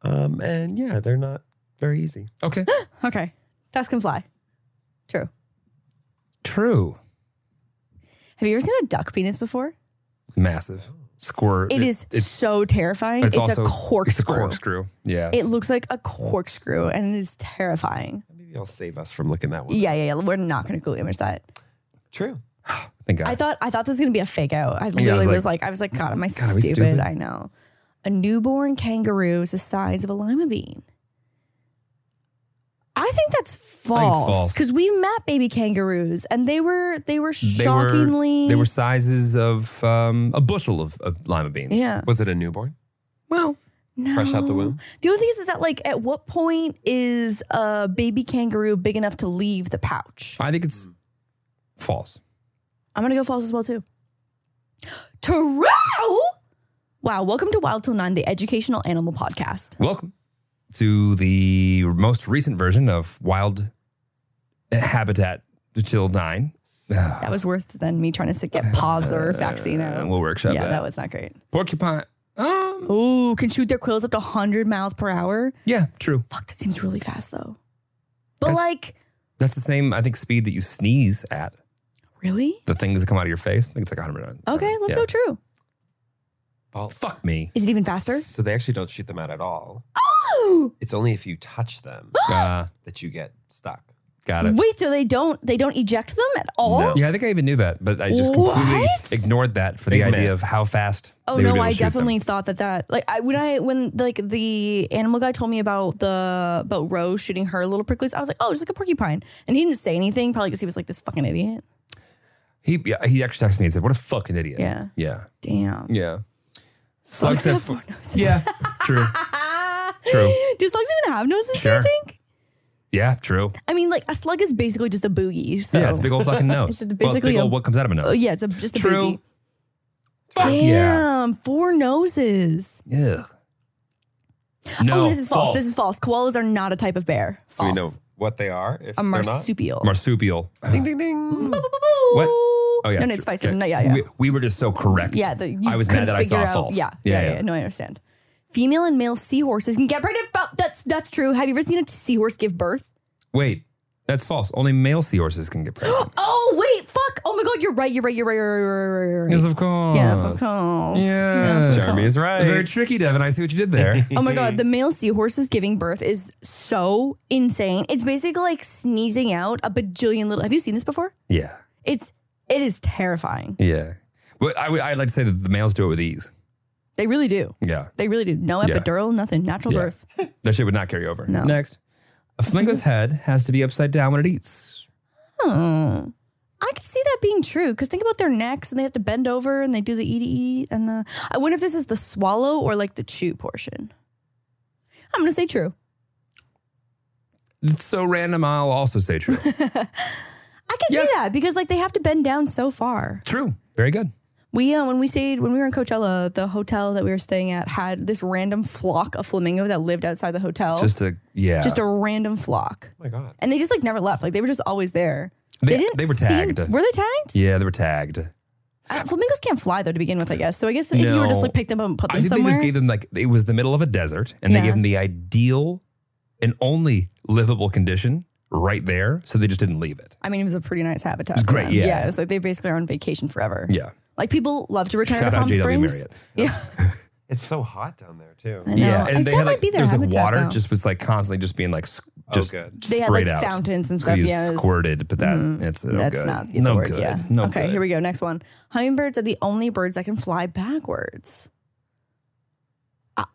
D: Um, and yeah, they're not very easy.
C: Okay.
B: Okay, dust can fly. True.
C: True.
B: Have you ever seen a duck penis before?
C: Massive. Squirt.
B: it is so terrifying. It's, a
C: It's a
B: corkscrew.
C: corkscrew. Yeah.
B: It looks like a corkscrew, and it is terrifying.
D: Maybe I'll save us from looking that one.
B: Yeah, yeah, yeah. We're not going to Google image that.
D: True.
C: Thank God.
B: I thought I thought this was going to be a fake out. I literally
C: like-
B: was like, I was like, God, am I
C: God, are we
B: stupid?
C: stupid?
B: I know. A newborn kangaroo is the size of a lima bean. I think that's false
C: false.
B: because we met baby kangaroos and they were they were
C: they
B: shockingly
C: were they were sizes of um, a bushel of, of lima beans.
B: yeah
D: Was it a newborn?
C: Well,
B: no.
D: Fresh out the womb?
B: The other thing is, is that like at what point is a baby kangaroo big enough to leave the pouch?
C: I think
D: Mm.
C: it's false.
B: I'm gonna go false as well too. True. Wow. Welcome to Wild Till Nine, the educational animal podcast.
C: Welcome to the most recent version of Wild Habitat Till Nine.
B: That was worse than me trying to sit- get pause or vaccine
C: Uh,
B: out.
C: we'll workshop
B: yeah,
C: that.
B: that Oh. was not great.
C: Porcupine. Um,
B: Ooh, can shoot their quills up to 100 miles per hour.
C: yeah, true.
B: Fuck, that seems really fast though. But
C: That-
B: like,
C: That's the same, I think, speed that you sneeze at.
B: really?
C: The things that come out of your face. I think it's like 100.
B: Okay, let's
C: yeah.
B: go true.
D: False.
C: Fuck me.
B: Is it even faster?
D: So they actually don't shoot them out at all.
B: Ooh,
D: It's only if you touch them
C: Uh,
D: that you get stuck.
C: Got it.
B: Wait, so they don't they don't eject them at all?
D: No.
C: Yeah, I think I even knew that, but I just completely
B: What?
C: ignored that for the
D: Big
C: idea
D: man.
C: of how fast.
B: Oh
C: they would be
B: no,
C: able
B: I
C: to shoot them.
B: definitely thought that that like I when I when like the animal guy told me about the about Rose shooting her little pricklies, I was like, oh, just like a porcupine, and he didn't say anything probably because he was like this fucking idiot.
C: He yeah, he actually texted me and said, "What a fucking idiot."
B: Yeah.
C: Yeah.
B: Damn.
C: Yeah.
B: Slugs
C: Except
B: have
C: for-
B: four noses.
C: Yeah. true. True.
B: Do slugs even have noses? Do
C: Sure.
B: you think?
C: Yeah. True.
B: I mean, like a slug is basically just a boogie. So
C: Yeah, it's a big old fucking nose.
B: It's just
C: Well, it's
B: basically
C: big
B: a-
C: old what comes out of a
B: Oh,
C: nose.
B: yeah, it's a, just a
C: True.
B: boogie. Damn, four noses.
C: Yeah. No.
B: oh, this is false. This is false. Koalas are not a type of bear.
D: Do
B: False.
D: we know what they are? If
B: A
D: they're not?
B: marsupial.
C: marsupial.
D: Ding ding ding.
C: What?
B: Oh
C: Oh yeah.
B: No, no, it's
C: true.
B: Pfizer. No, yeah, yeah.
C: We, we were just so correct.
B: yeah, the, you
C: I was mad
B: couldn't
C: that I saw
B: figure out-
C: false.
B: Yeah, yeah, yeah, yeah. No, I understand. Female and male seahorses can get pregnant. but That's that's true. Have you ever seen a seahorse give birth?
C: Wait, that's false. Only male seahorses can get pregnant.
B: Oh wait, fuck! Oh my god, you're right. You're right. You're right. You're right. You're right. You're right.
C: yes, of course.
B: Yes, of course.
C: Yes.
B: Yes, of
D: Jeremy
B: course.
D: is right.
C: Very tricky, Devin. I see what you did there.
B: Oh my god, the
C: Mm-hmm.
B: male seahorses giving birth is so insane. It's basically like sneezing out a bajillion little. Have you seen this before?
C: yeah.
B: It's it is terrifying.
C: Yeah. But I would I'd like to say that the males do it with ease.
B: They really do.
C: Yeah.
B: They really do. No
C: Yeah.
B: epidural, nothing. Natural
C: Yeah.
B: birth.
C: That shit would not carry over.
B: No.
C: Next. A flamingo's head has to be upside down when it eats.
B: Oh, I could see that being true because think about their necks and they have to bend over and they do the e to eat and the. I wonder if this is the swallow or like the chew portion. I'm gonna say true.
C: It's so random, I'll also say true.
B: I can
C: Yes.
B: see that because like they have to bend down so far.
C: true. Very good.
B: We uh, when we stayed when we were in Coachella, the hotel that we were staying at had this random flock of flamingo that lived outside the hotel. Oh. Just,
C: Just a yeah.
B: a random flock,
D: Oh my god.
B: and they just like never left. Like they were just always there.
C: They- they were
B: seem-
C: tagged.
B: were they tagged?
C: yeah, they were tagged.
B: Uh, flamingos can't fly though to begin with, I guess. So I guess if you were just
C: No.
B: like pick them up and put them
C: I think they
B: somewhere.
C: just gave them like it was the middle of a desert, and
B: Yeah.
C: they gave them the ideal and only livable condition right there, so they just didn't leave it.
B: I mean, it was a pretty nice habitat.
C: It's
B: for
C: great,
B: them.
C: yeah.
B: it's like they basically are on vacation forever.
C: Yeah,
B: like people love to return
C: Shout
B: to
C: out
B: Palm
C: JW
B: Springs.
C: Marriott.
B: Yeah,
D: It's so hot down there too.
B: I know.
C: yeah,
B: I-
C: and they
B: that
C: had
B: might
C: like
B: be their
C: there was like
B: habitat,
C: water
B: though.
C: just was like constantly just being like s-
D: Oh,
C: just
D: good.
B: They had like
C: sprayed out.
B: fountains and
C: So
B: stuff.
C: you
B: Yeah, it was-
C: squirted, but that it's no
B: Mm-hmm. That's
C: good.
B: not the
C: no
B: word.
C: good.
B: Yeah.
C: No
B: okay,
C: good.
B: here we go. Next one. Hummingbirds are the only birds that can fly backwards. I-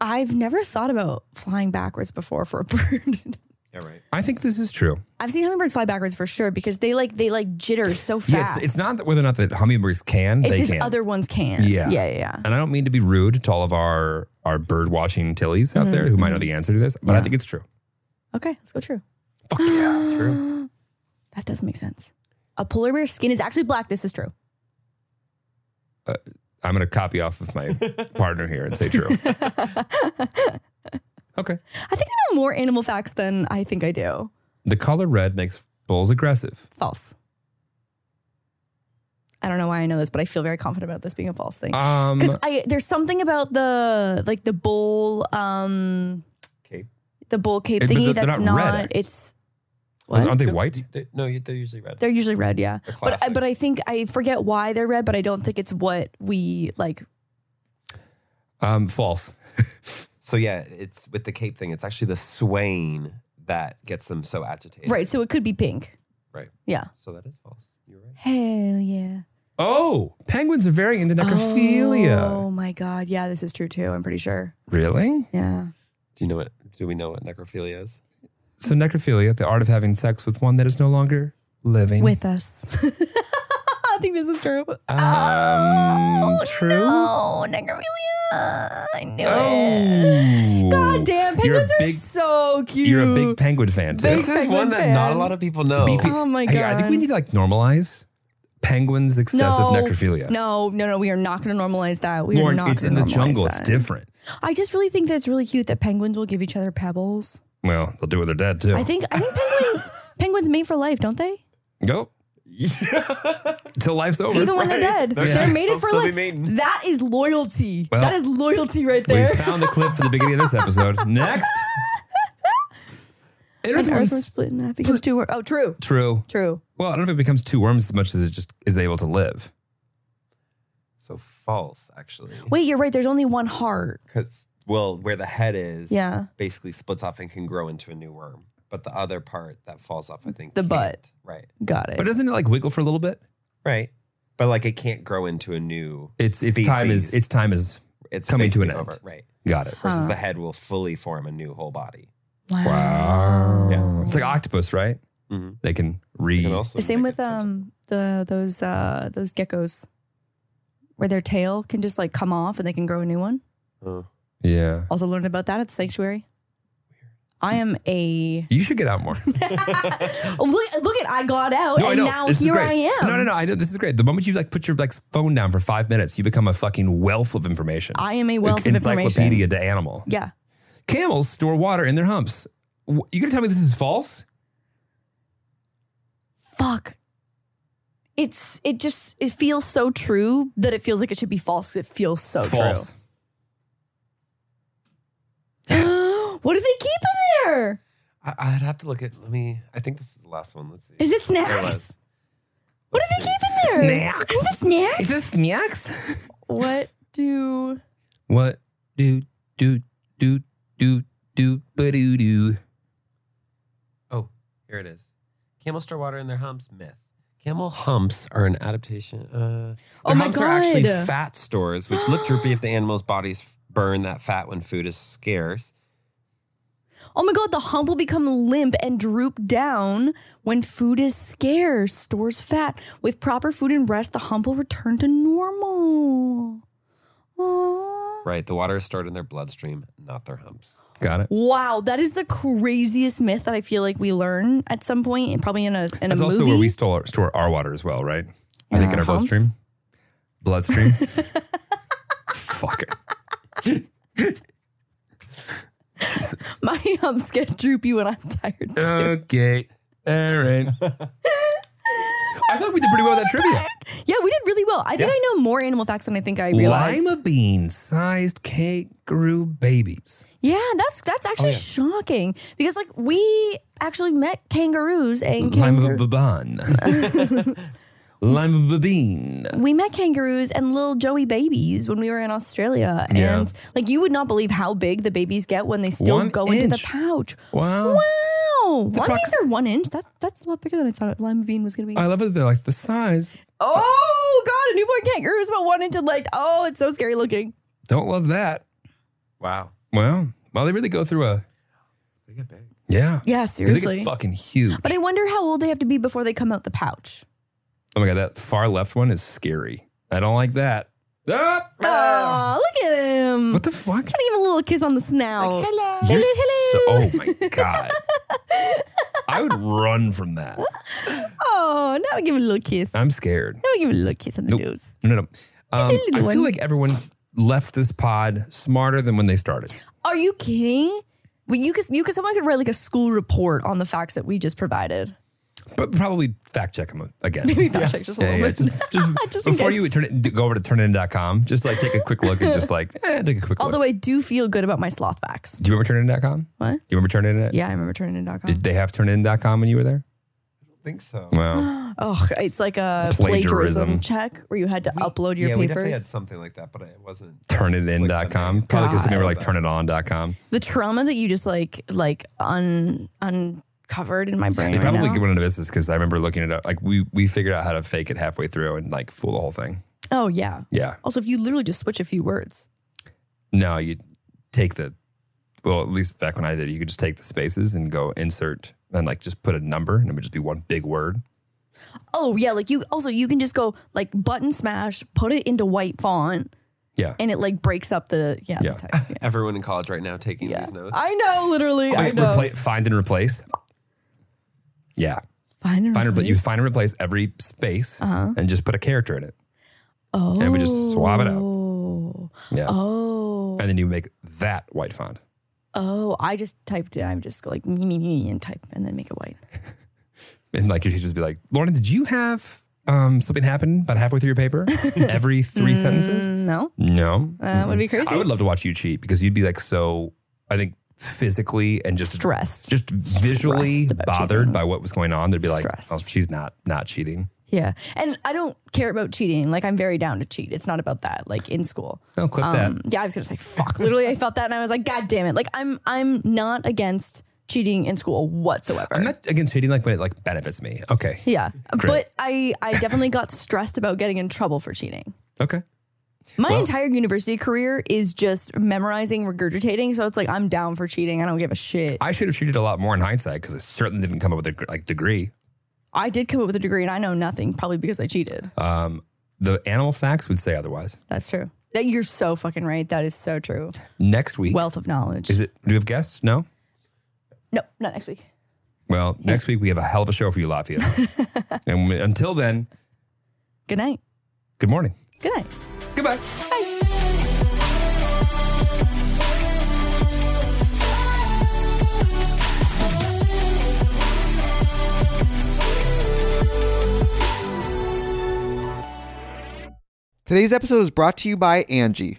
B: I've never thought about flying backwards before for a bird.
D: Yeah, right.
C: I think this is true.
B: I've seen hummingbirds fly backwards for sure because they like they like jitter so fast.
C: Yeah, it's, it's not that whether or not that hummingbirds can,
B: It's
C: they
B: just
C: can.
B: other ones can.
C: Yeah.
B: yeah, yeah. yeah.
C: and I don't mean to be rude to all of our our bird watching tillies out there who might know
B: Mm-hmm.
C: the answer to this, but I think it's true.
B: Okay, let's go true.
C: Fuck yeah, true.
B: That does make sense. A polar bear's skin is actually black. This is true.
C: I'm going to copy off of my partner here and say true. okay.
B: I think I know more animal facts than I think I do.
C: The color red makes bulls aggressive.
B: False. I don't know why I know this, but I feel very confident about this being a false thing.
C: Um,
B: because I there's something about the like the bull um
D: Cape.
B: the bull cape
C: Eh, but
B: thingy
C: they're- they're
B: that's
C: not
B: not,
C: red.
B: it's
C: was- aren't they
D: No,
C: white?
D: they- no, you- they're usually red.
B: they're usually red yeah
D: They're
B: but I,
D: classic.
B: but I think I forget why they're red but I don't think it's what we like
C: Um, false.
D: so yeah, it's with the cape thing. It's actually the swain that gets them so agitated.
B: right so it could be pink
D: Right.
B: yeah
D: So that is false. You're right.
B: hell yeah
C: Oh, penguins are very into necrophilia.
B: oh my god yeah this is true too I'm pretty sure
C: Really?
B: yeah
D: Do you know what? Do we know what necrophilia is?
C: So necrophilia, the art of having sex with one that is no longer living.
B: with us I think this is true
C: um, true.
B: oh necrophilia I knew it
C: Oh.
B: god damn
C: You're a
B: penguins are
C: big-
B: so cute
C: You're a big penguin fan too.
B: Big
D: This is
B: penguin
D: one that not a
B: fan.
D: lot of people know.
C: BP
B: Oh my
C: Hey, I think we
B: God.
C: need to like normalize penguins' excessive necrophilia.
B: No, no, no. We are not going to normalize that. We
C: Lauren,
B: are not.
C: it's in
B: gonna
C: the
B: normalize
C: jungle.
B: That.
C: It's different.
B: I just really think that it's really cute that penguins will give each other pebbles.
C: Well, they'll do it with their dad too.
B: I think I think penguins penguins mate for life, don't they?
C: Go. Till life's over.
B: Even when they're dead,
D: They're-
B: they're mated
D: they'll
B: for
D: still be
B: life.
D: mating.
B: That is loyalty.
C: Well,
B: that is loyalty right
C: we
B: there.
C: found the clip for the beginning of this episode. Next. I
B: An earthworm split in half becomes two. Wor- oh, true,
C: True.
B: true.
C: Well, I don't know if it becomes two worms as much as it just is able to live.
D: so false, actually.
B: Wait, you're right. There's only one heart.
D: Because well, where the head is,
B: Yeah.
D: basically splits off and can grow into a new worm. but the other part that falls off, I think
B: The
D: can't.
B: butt.
D: Right.
B: Got it.
C: But doesn't it like wiggle for a little bit?
D: Right. But like it can't grow into a new.
C: It's its time is
D: Species.
C: its time is
D: It's
C: coming to an
D: basically
C: end.
D: Right.
C: got it.
D: Versus
B: Uh-huh.
D: the head will fully form a new whole body.
C: Yeah. It's like octopus, right?
D: Mhm.
C: Mm-hmm. They can
D: You
C: re
D: can also
B: The same
D: make
B: with
D: a tentacle.
B: um the those uh those geckos where their tail can just like come off and they can grow a new one.
D: Uh,
C: Yeah.
B: Also learned about that at the sanctuary. I am a
C: You should get out more.
B: oh, look, look at I got out
C: No, I
B: and
C: know.
B: now
C: This is
B: here
C: great.
B: I am.
C: No, no, no. I know this is great. The moment you like put your like phone down for five minutes, you become a fucking wealth of information.
B: I am a wealth of
C: Encyclopedia
B: information.
C: to animal.
B: Yeah.
C: Camels store water in their humps. W- You gonna tell me this is false?
B: Fuck. It's it just it feels so true that it feels like it should be false because it feels so
C: false.
B: true. what do they keep in there?
D: I, I'd have to look at. Let me. I think this is the last one. Let's see.
B: Is it
D: There it
B: snacks?
D: was.
B: What do they keep in there?
C: Snacks?
B: Is it snacks?
C: Is this snacks?
B: What do
C: What do do do do do ba do do?
D: Oh, here it is. Camel store water in their humps myth. Camel humps are an adaptation. Uh,
B: Oh
D: their
B: my
D: humps are actually
B: God.
D: fat stores, which look droopy if the animal's bodies f- burn that fat when food is scarce.
B: Oh my god, the hump will become limp and droop down when food is scarce, stores fat. With proper food and rest, the hump will return to normal. Aw.
D: Right, the water is stored in their bloodstream, not their humps.
C: Got it.
B: Wow, that is the craziest myth that I feel like we learn at some point, and probably in a in
C: That's
B: a
C: also
B: movie.
C: where we store our, store our water as well, right? I think in
B: our
C: our
B: homes?
C: bloodstream. Bloodstream. Fuck it.
B: My um, humps get droopy when I'm tired too.
C: Uh, Okay. All right. I thought we did pretty well with that trivia.
B: yeah, we did really well. I think I know more animal facts than I think I realized.
C: Lima bean sized kangaroo babies.
B: Yeah, that's that's
C: Oh,
B: actually shocking because like we actually met kangaroos and
C: Lima
B: kangaroo.
C: baban. Lima bean.
B: we met kangaroos and little Joey babies when we were in Australia.
C: Yeah.
B: And like you would not believe how big the babies get when they still
C: One
B: go into the
C: inch.
B: pouch.
C: Wow.
B: Wow. One
C: prox- Uh,
B: these are one inch. That that's a lot bigger than I thought lima bean was gonna be.
C: I love it. They're like the size.
B: oh god, a newborn kangaroo is about one inch and like, oh, it's so scary looking.
C: Don't love that.
D: Wow,
C: Well, well, they really go through a.
D: they get big.
C: Yeah.
B: Yeah,
C: 'Cause They
B: seriously.
C: get fucking huge.
B: But I wonder how old they have to be before they come out the pouch.
C: Oh my god, that far left one is scary. I don't like that. Ah!
B: Oh, look at him.
C: What the fuck?
B: Gotta give him a little kiss on the snout.
C: You're
B: hello,
C: So, oh my god. I would run from that.
B: Oh, now I give him a little kiss.
C: I'm scared.
B: Now I give him a little kiss on the
C: Nope.
B: nose.
C: No, no. Um,
B: Little
C: I feel
B: one.
C: like everyone left this pod smarter than when they started.
B: Are you kidding? Well, you could, you could, someone could write like a school report on the facts that we just provided.
C: But probably fact check them again.
B: Maybe fact check just a
C: Yeah,
B: little
C: yeah,
B: bit.
C: just- just
B: Just in
C: before you
B: case.
C: turn it, d- go over to turnitin.com, just like take a quick look and just like eh, take a quick
B: Although
C: look.
B: I do feel good about my sloth facts.
C: Do you remember turnitin.com?
B: What?
C: Do you remember turnitin?
B: Yeah, I remember turning in dot com.
C: Did they have turnitin.com when you were there?
D: I think so.
C: Wow.
B: Oh, it's like a
C: Plagiarism.
B: plagiarism, check where you had to upload your
D: yeah, we definitely had
B: papers.
D: something like that, but it wasn't.
C: turnitin.com.
D: It's
C: Probably because they were like
D: God.
C: turniton.com.
B: The trauma that you just like like un uncovered in my brain.
C: They
B: right
C: probably
B: now.
C: went into business because I remember looking it up. Like we we figured out how to fake it halfway through and like fool the whole thing.
B: oh yeah.
C: Yeah.
B: Also, if you literally just switch a few words.
C: No, you take the well, at least back when I did, it, you could just take the spaces and go insert and like just put a number and it would just be one big word.
B: Oh yeah, like you also you can just go like button smash, put it into white font,
C: Yeah.
B: and it like breaks up the yeah,
C: Yeah.
B: The text. Yeah.
D: Everyone in college right now taking these notes.
B: I know, literally. I
C: Wait,
B: know.
C: repla- find and replace. Yeah.
B: find and
C: Find and replace. You
B: replace?
C: find and replace every space and just put a character in it.
B: oh.
C: and we just swap it out. Yeah.
B: Oh.
C: And then you make that white font.
B: Oh, I just typed it. I would just go like me, me, me, and type and then make it white.
C: And like your teachers be like, Lauren, did you have um, something happen about halfway through your paper? Every three sentences?
B: Mm, No.
C: No.
B: That would be crazy.
C: I would love to watch you cheat because you'd be like so, I think, physically and just
B: Stressed.
C: just visually
B: Stressed about
C: bothered
B: cheating.
C: by what was going on. They'd be like,
B: Stressed.
C: oh, she's not not cheating.
B: yeah. And I don't care about cheating. Like I'm very down to cheat. It's not about that. Like in school.
C: No, clip
B: Um, yeah, I was gonna say fuck. Literally, I felt that and I was like, God damn it. Like I'm I'm not against cheating in school whatsoever.
C: I'm not against cheating, like when it like benefits me. Okay.
B: yeah.
C: Great.
B: But I, I definitely got stressed about getting in trouble for cheating.
C: Okay.
B: My
C: Well-
B: entire university career is just memorizing, regurgitating. So it's like, I'm down for cheating. I don't give a shit. I,
C: I should have cheated a lot more in hindsight because I certainly didn't come up with a gr- like degree.
B: did come up with a degree and I know nothing, probably because I cheated.
C: Um, the animal facts would say otherwise.
B: That's true. That you're so fucking right. That is so true.
C: Next week,
B: Wealth of knowledge.
C: is it? Do we have guests? No.
B: No, not next week.
C: Well, next week we have a hell of a show for you, Lafayette. and we- until then,
B: Good night.
C: good morning.
B: Good night.
C: Goodbye.
A: Today's episode is brought to you by Angie.